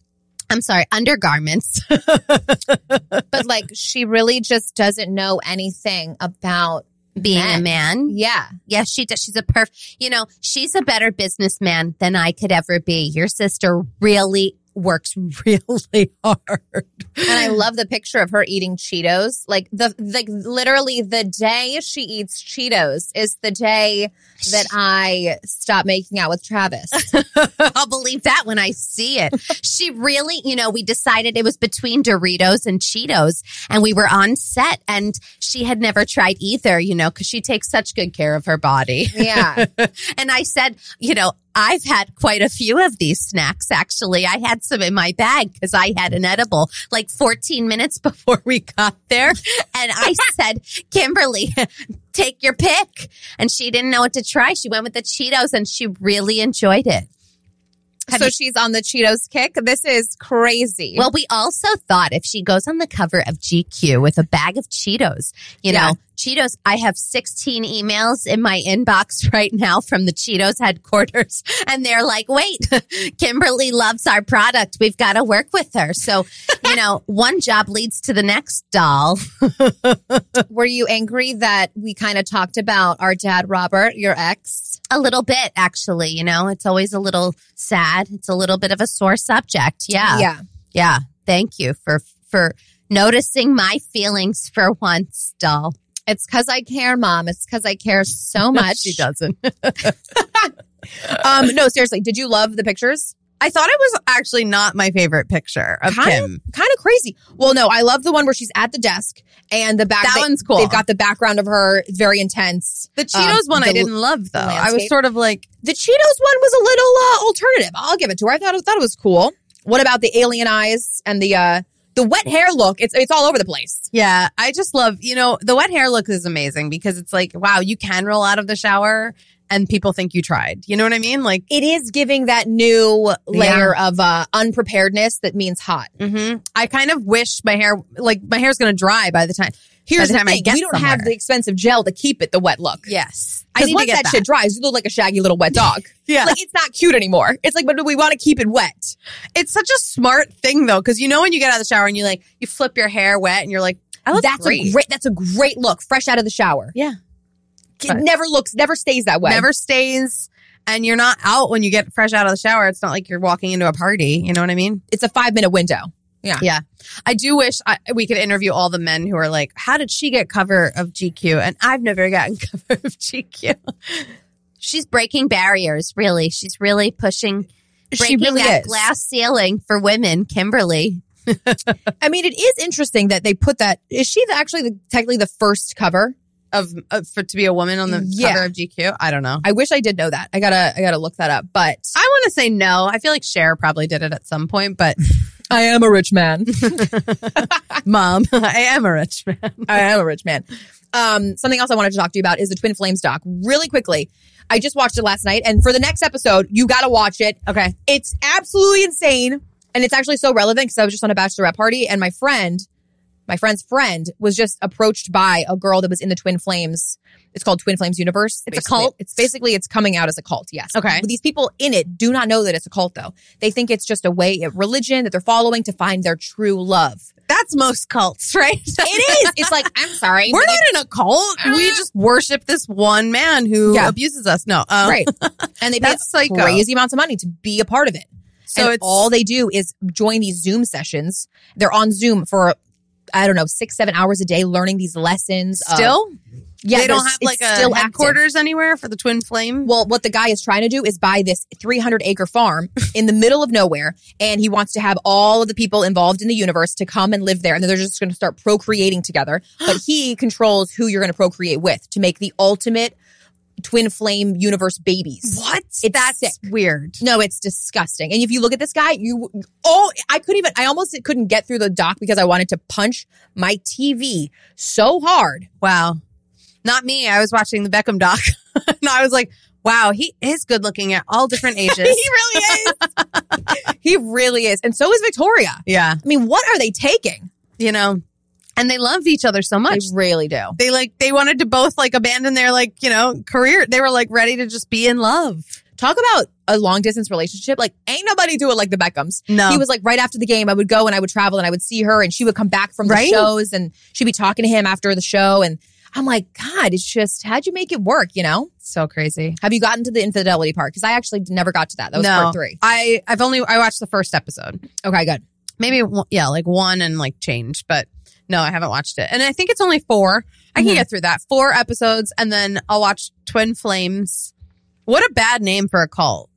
Speaker 6: I'm sorry, undergarments. [LAUGHS]
Speaker 3: but like she really just doesn't know anything about
Speaker 6: Being a
Speaker 3: Men.
Speaker 6: man.
Speaker 3: yeah
Speaker 6: Yes, she does. She's a perf, you know, she's a better businessman than I could ever be. Your sister really works [LAUGHS] really hard.
Speaker 3: and i love the picture of her eating cheetos like the like literally the day she eats cheetos is the day that i stop making out
Speaker 6: [LAUGHS]
Speaker 3: with travis
Speaker 6: I'll believe that when I see it. She really, you know, we decided it was between Doritos and Cheetos, and we were on set, and she had never tried either, you know, because she takes such good care of her body. [LAUGHS]
Speaker 3: yeah
Speaker 6: And I said, you know, I've had quite a few of these snacks, actually. I had some in my bag because I had an edible like 14 minutes [LAUGHS] before we got there. And I said, Kimberly, take your pick. And she didn't know what to try. She went with the Cheetos and she really enjoyed it.
Speaker 3: so she's on the cheetos kick this is crazy
Speaker 6: Well, we also thought if she goes on the cover of GQ with a bag of Cheetos, you
Speaker 3: Yeah.
Speaker 6: know, Cheetos, I have 16 emails in my inbox [LAUGHS] right now from the Cheetos headquarters. [LAUGHS] And they're like, wait, [LAUGHS] Kimberly loves our product. We've got to work with her. So, you know, one job leads to the next doll.
Speaker 3: were you angry that we kind of talked about our dad robert your ex
Speaker 6: A little bit, actually, you know, it's always a little sad. It's a little bit of a sore subject. Yeah.
Speaker 3: yeah
Speaker 6: Yeah. Thank you for, for noticing my feelings for once, doll.
Speaker 3: it's because i care mom it's because i
Speaker 6: [LAUGHS]
Speaker 3: care so much
Speaker 4: she
Speaker 3: [LAUGHS]
Speaker 4: doesn't.
Speaker 3: um no seriously did you love the pictures
Speaker 4: I thought it was actually not my favorite picture of
Speaker 3: Kind
Speaker 4: Kim.
Speaker 3: kind of crazy. Well, no, I love the one where she's at the desk and the back.
Speaker 4: That one's cool.
Speaker 3: They've got the background of her very intense.
Speaker 4: The Cheetos
Speaker 3: Um,
Speaker 4: one
Speaker 3: the-
Speaker 4: I didn't love though. I was
Speaker 3: landscape.
Speaker 4: sort of like,
Speaker 3: The Cheetos one was a little uh, alternative. I'll give it to her. I thought it, thought it was cool. What about the alien eyes and the uh the wet hair look? It's it's all over the place.
Speaker 4: yeah, I just love, you know, the wet hair look is amazing because it's like, wow, you can roll out of the shower and people think you tried. You know what I mean? Like,
Speaker 3: It is giving that new layer of uh unpreparedness that means hot.
Speaker 4: hmm I kind of wish my hair, like, my hair's going to dry by the time.
Speaker 3: Here's
Speaker 4: the
Speaker 3: the,
Speaker 4: time I
Speaker 3: thing:
Speaker 4: get
Speaker 3: we don't have
Speaker 4: somewhere.
Speaker 3: the expensive gel to keep it the wet look.
Speaker 4: Yes. I
Speaker 3: Because
Speaker 4: need
Speaker 3: once
Speaker 4: to get
Speaker 3: that, shit dries, you look like a shaggy little wet
Speaker 4: [LAUGHS]
Speaker 3: dog.
Speaker 4: Yeah.
Speaker 3: [LAUGHS] Like it's not cute anymore. It's like, but we want to keep it wet.
Speaker 4: it's such a smart thing though, because you know when you get out of the shower and you like you flip your hair wet and you're like, I look
Speaker 3: that's
Speaker 4: great.
Speaker 3: a great that's a great look fresh out of the shower
Speaker 4: Yeah.
Speaker 3: it
Speaker 4: Right.
Speaker 3: never looks never stays that way
Speaker 4: never stays, and you're not out when you get fresh out of the shower. It's not like you're walking into a party. You know what I mean?
Speaker 3: it's a five minute window
Speaker 4: Yeah, I do wish I, we could interview all the men who are like, how did she get cover of GQ? And I've never gotten [LAUGHS] cover of GQ.
Speaker 6: she's breaking barriers really she's really pushing breaking
Speaker 3: really
Speaker 6: that
Speaker 3: is.
Speaker 6: glass ceiling for women kimberly
Speaker 3: i mean it is interesting that they put that is she the, actually the, technically the first cover
Speaker 4: Of uh, for to be a woman on the
Speaker 3: Yeah.
Speaker 4: cover of GQ, I don't know.
Speaker 3: i wish i did know that i gotta i gotta look that up but
Speaker 4: I want to say no. I feel like Cher probably did it at some point, but
Speaker 3: i am a rich man
Speaker 4: mom, [LAUGHS] I am a rich man.
Speaker 3: I am a rich man. Um, something else I wanted to talk to you about is the Twin Flames doc. Really quickly, I just watched it last night, and for the next episode, you got to watch it.
Speaker 4: Okay.
Speaker 3: it's absolutely insane, and it's actually so relevant because I was just on a bachelorette party, and my friend, my my friend's friend was just approached by a girl that was in the Twin Flames. It's called Twin Flames Universe.
Speaker 4: It's a
Speaker 3: basically.
Speaker 4: cult?
Speaker 3: It's basically it's coming out as a cult. Yes.
Speaker 4: Okay.
Speaker 3: But these people in it do not know that it's a cult though. They think it's just a way of religion that they're following to find their true
Speaker 4: [LAUGHS]
Speaker 3: love.
Speaker 4: That's most cults, right?
Speaker 3: It is. It's like I'm sorry.
Speaker 4: [LAUGHS] We're
Speaker 3: but
Speaker 4: not in a cult. We just worship this one man who
Speaker 3: Yeah.
Speaker 4: abuses us. No, [LAUGHS] um,
Speaker 3: right. And they pay
Speaker 4: That's psycho.
Speaker 3: crazy amounts of money to be a part of it.
Speaker 4: So
Speaker 3: So
Speaker 4: it's
Speaker 3: all they do is join these Zoom sessions. They're on Zoom for I don't know six, seven hours a day, learning these lessons. of-
Speaker 4: still.
Speaker 3: yeah,
Speaker 4: they don't
Speaker 3: there's-
Speaker 4: have
Speaker 3: it's
Speaker 4: like a
Speaker 3: still active.
Speaker 4: headquarters anywhere for the twin flame.
Speaker 3: Well, what the guy is trying to do is buy this 300 acre
Speaker 4: [LAUGHS]
Speaker 3: farm in the middle of nowhere, and he wants to have all of the people involved in the universe to come and live there, and then they're just going to start procreating
Speaker 4: [GASPS]
Speaker 3: together. But he controls who you're going to procreate with to make the ultimate twin flame universe babies.
Speaker 4: what?
Speaker 3: It's
Speaker 4: That's
Speaker 3: sick.
Speaker 4: weird.
Speaker 3: No, it's disgusting. And if you look at this guy, you oh, I couldn't even. I almost couldn't get through the dock because I wanted to punch my TV so hard. [LAUGHS]
Speaker 4: Wow. Not me. I was watching the Beckham doc, [LAUGHS] and I was like, "Wow, he is good looking at all
Speaker 3: [LAUGHS]
Speaker 4: different ages."
Speaker 3: really is. [LAUGHS] he really is, and so is Victoria.
Speaker 4: yeah,
Speaker 3: I mean, what are they taking?
Speaker 4: you know, and they love each other so
Speaker 3: They
Speaker 4: much.
Speaker 3: really do.
Speaker 4: They like they wanted to both like abandon their like you know career. They were like ready to just be in love.
Speaker 3: Talk about a long distance relationship. Like, ain't nobody do it like the Beckhams.
Speaker 4: No.
Speaker 3: He was like, right after the game, I would go and I would travel and I would see her and she would come back from
Speaker 4: Right?
Speaker 3: the shows and she'd be talking to him after the show. And I'm like, God, it's just, how'd you make it work? You know?
Speaker 4: So crazy.
Speaker 3: Have you gotten to the infidelity part? Because I actually never got to that. That was
Speaker 4: no,
Speaker 3: part three.
Speaker 4: I I've only I watched the first episode.
Speaker 3: Okay, good.
Speaker 4: Maybe one- yeah, like one and like change, but no, I haven't watched it. And I think it's only 4 I can
Speaker 3: Mhm.
Speaker 4: get through that. Four episodes, and then I'll watch Twin Flames. What a bad name for a cult.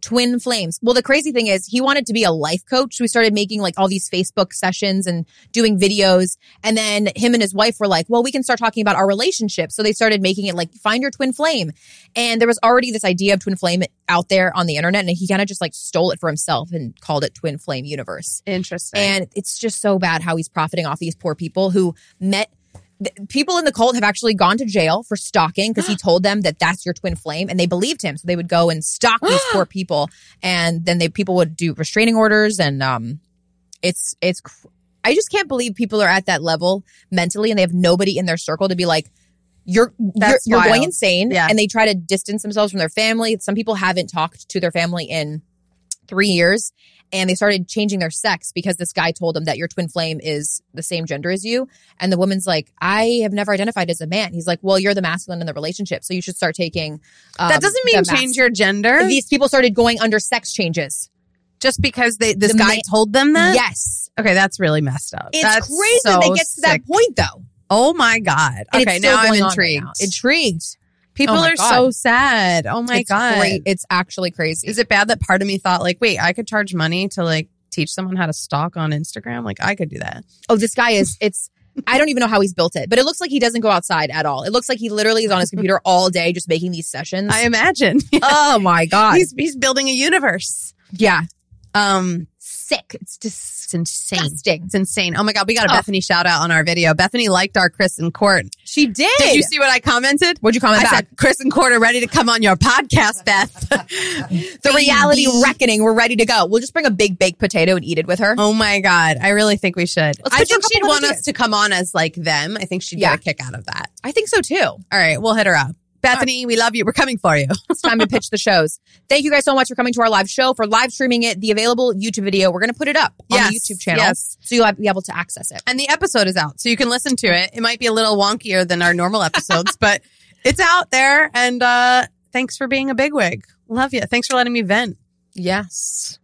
Speaker 3: Twin flames. Well, the crazy thing is, he wanted to be a life coach. We started making like all these Facebook sessions and doing videos. And then him and his wife were like, well, we can start talking about our relationship. So they started making it like, find your twin flame. And there was already this idea of twin flame out there on the internet. And he kind of just like stole it for himself and called it Twin Flame Universe.
Speaker 4: Interesting.
Speaker 3: And it's just so bad how he's profiting off these poor people who met th- people in the cult have actually gone to jail for stalking
Speaker 4: [GASPS]
Speaker 3: because he told them that that's your twin flame and they believed him. So they would go and stalk these
Speaker 4: [GASPS]
Speaker 3: poor people and then they people would do restraining orders and um it's it's cr- I just can't believe people are at that level mentally and they have nobody in their circle to be like you're you're,
Speaker 4: That's
Speaker 3: you're going
Speaker 4: wild.
Speaker 3: insane
Speaker 4: Yeah.
Speaker 3: and they try to distance themselves from their family. Some people haven't talked to their family in 3 years and they started changing their sex because this guy told them that your twin flame is the same gender as you. And the woman's like, I have never identified as a man. He's like, Well, you're the masculine in the relationship, so you should start taking. Um,
Speaker 4: that doesn't mean
Speaker 3: the mas-
Speaker 4: change your gender
Speaker 3: These people started going under sex changes.
Speaker 4: just because they this
Speaker 3: The
Speaker 4: guy
Speaker 3: ma-
Speaker 4: told them that.
Speaker 3: Yes,
Speaker 4: Okay, that's really messed up.
Speaker 3: it's
Speaker 4: That's
Speaker 3: crazy that
Speaker 4: so
Speaker 3: they get to that
Speaker 4: sick.
Speaker 3: point though.
Speaker 4: Oh my god.
Speaker 3: And it's
Speaker 4: okay,
Speaker 3: still
Speaker 4: now I'm
Speaker 3: going on right
Speaker 4: intrigued.
Speaker 3: now. Intrigued.
Speaker 4: People
Speaker 3: Oh my
Speaker 4: are
Speaker 3: God.
Speaker 4: so sad. Oh my
Speaker 3: it's
Speaker 4: god.
Speaker 3: cra- it's actually crazy.
Speaker 4: Is it bad that part of me thought like, wait, I could charge money to like teach someone how to stalk on Instagram? Like I could do that.
Speaker 3: oh, this guy is. It's. I don't even know how he's built it, but it looks like he doesn't go outside at all. It looks like he literally is on
Speaker 4: [LAUGHS]
Speaker 3: his computer all day just making these sessions.
Speaker 4: I imagine.
Speaker 3: [LAUGHS] oh my god.
Speaker 4: he's he's building a universe.
Speaker 3: yeah.
Speaker 4: Um
Speaker 3: Sick. It's
Speaker 4: it's insane.
Speaker 3: disgusting.
Speaker 4: It's insane. Oh my god, we got a Bethany shout out on our video. Bethany liked our Chris and Court.
Speaker 3: She did.
Speaker 4: Did you see what I commented?
Speaker 3: What'd you comment
Speaker 4: I
Speaker 3: back?
Speaker 4: said, Chris and Court are ready to come on
Speaker 3: [LAUGHS]
Speaker 4: your podcast, Beth.
Speaker 3: the reality
Speaker 4: Baby.
Speaker 3: reckoning. We're ready to go. We'll just bring a big baked potato and eat it with her.
Speaker 4: Oh my god, I really think we should.
Speaker 3: put
Speaker 4: I
Speaker 3: you a
Speaker 4: think
Speaker 3: couple
Speaker 4: she'd want
Speaker 3: ideas.
Speaker 4: us to come on as like them. I think she'd
Speaker 3: Yeah.
Speaker 4: get a kick out of that.
Speaker 3: I think so too.
Speaker 4: All right, we'll hit her up. Bethany, we love you. We're coming for you.
Speaker 3: It's time to pitch the shows. Thank you guys so much for coming to our live show for live streaming it. The available YouTube video. We're going to put it up on
Speaker 4: Yes,
Speaker 3: the YouTube channel,
Speaker 4: yes.
Speaker 3: so you'll have- be able to access it.
Speaker 4: And the episode is out, so you can listen to it. It might be a little wonkier than our normal episodes, [LAUGHS] but it's out there. And uh, thanks for being a bigwig. Love you. Thanks for letting me vent.
Speaker 3: Yes.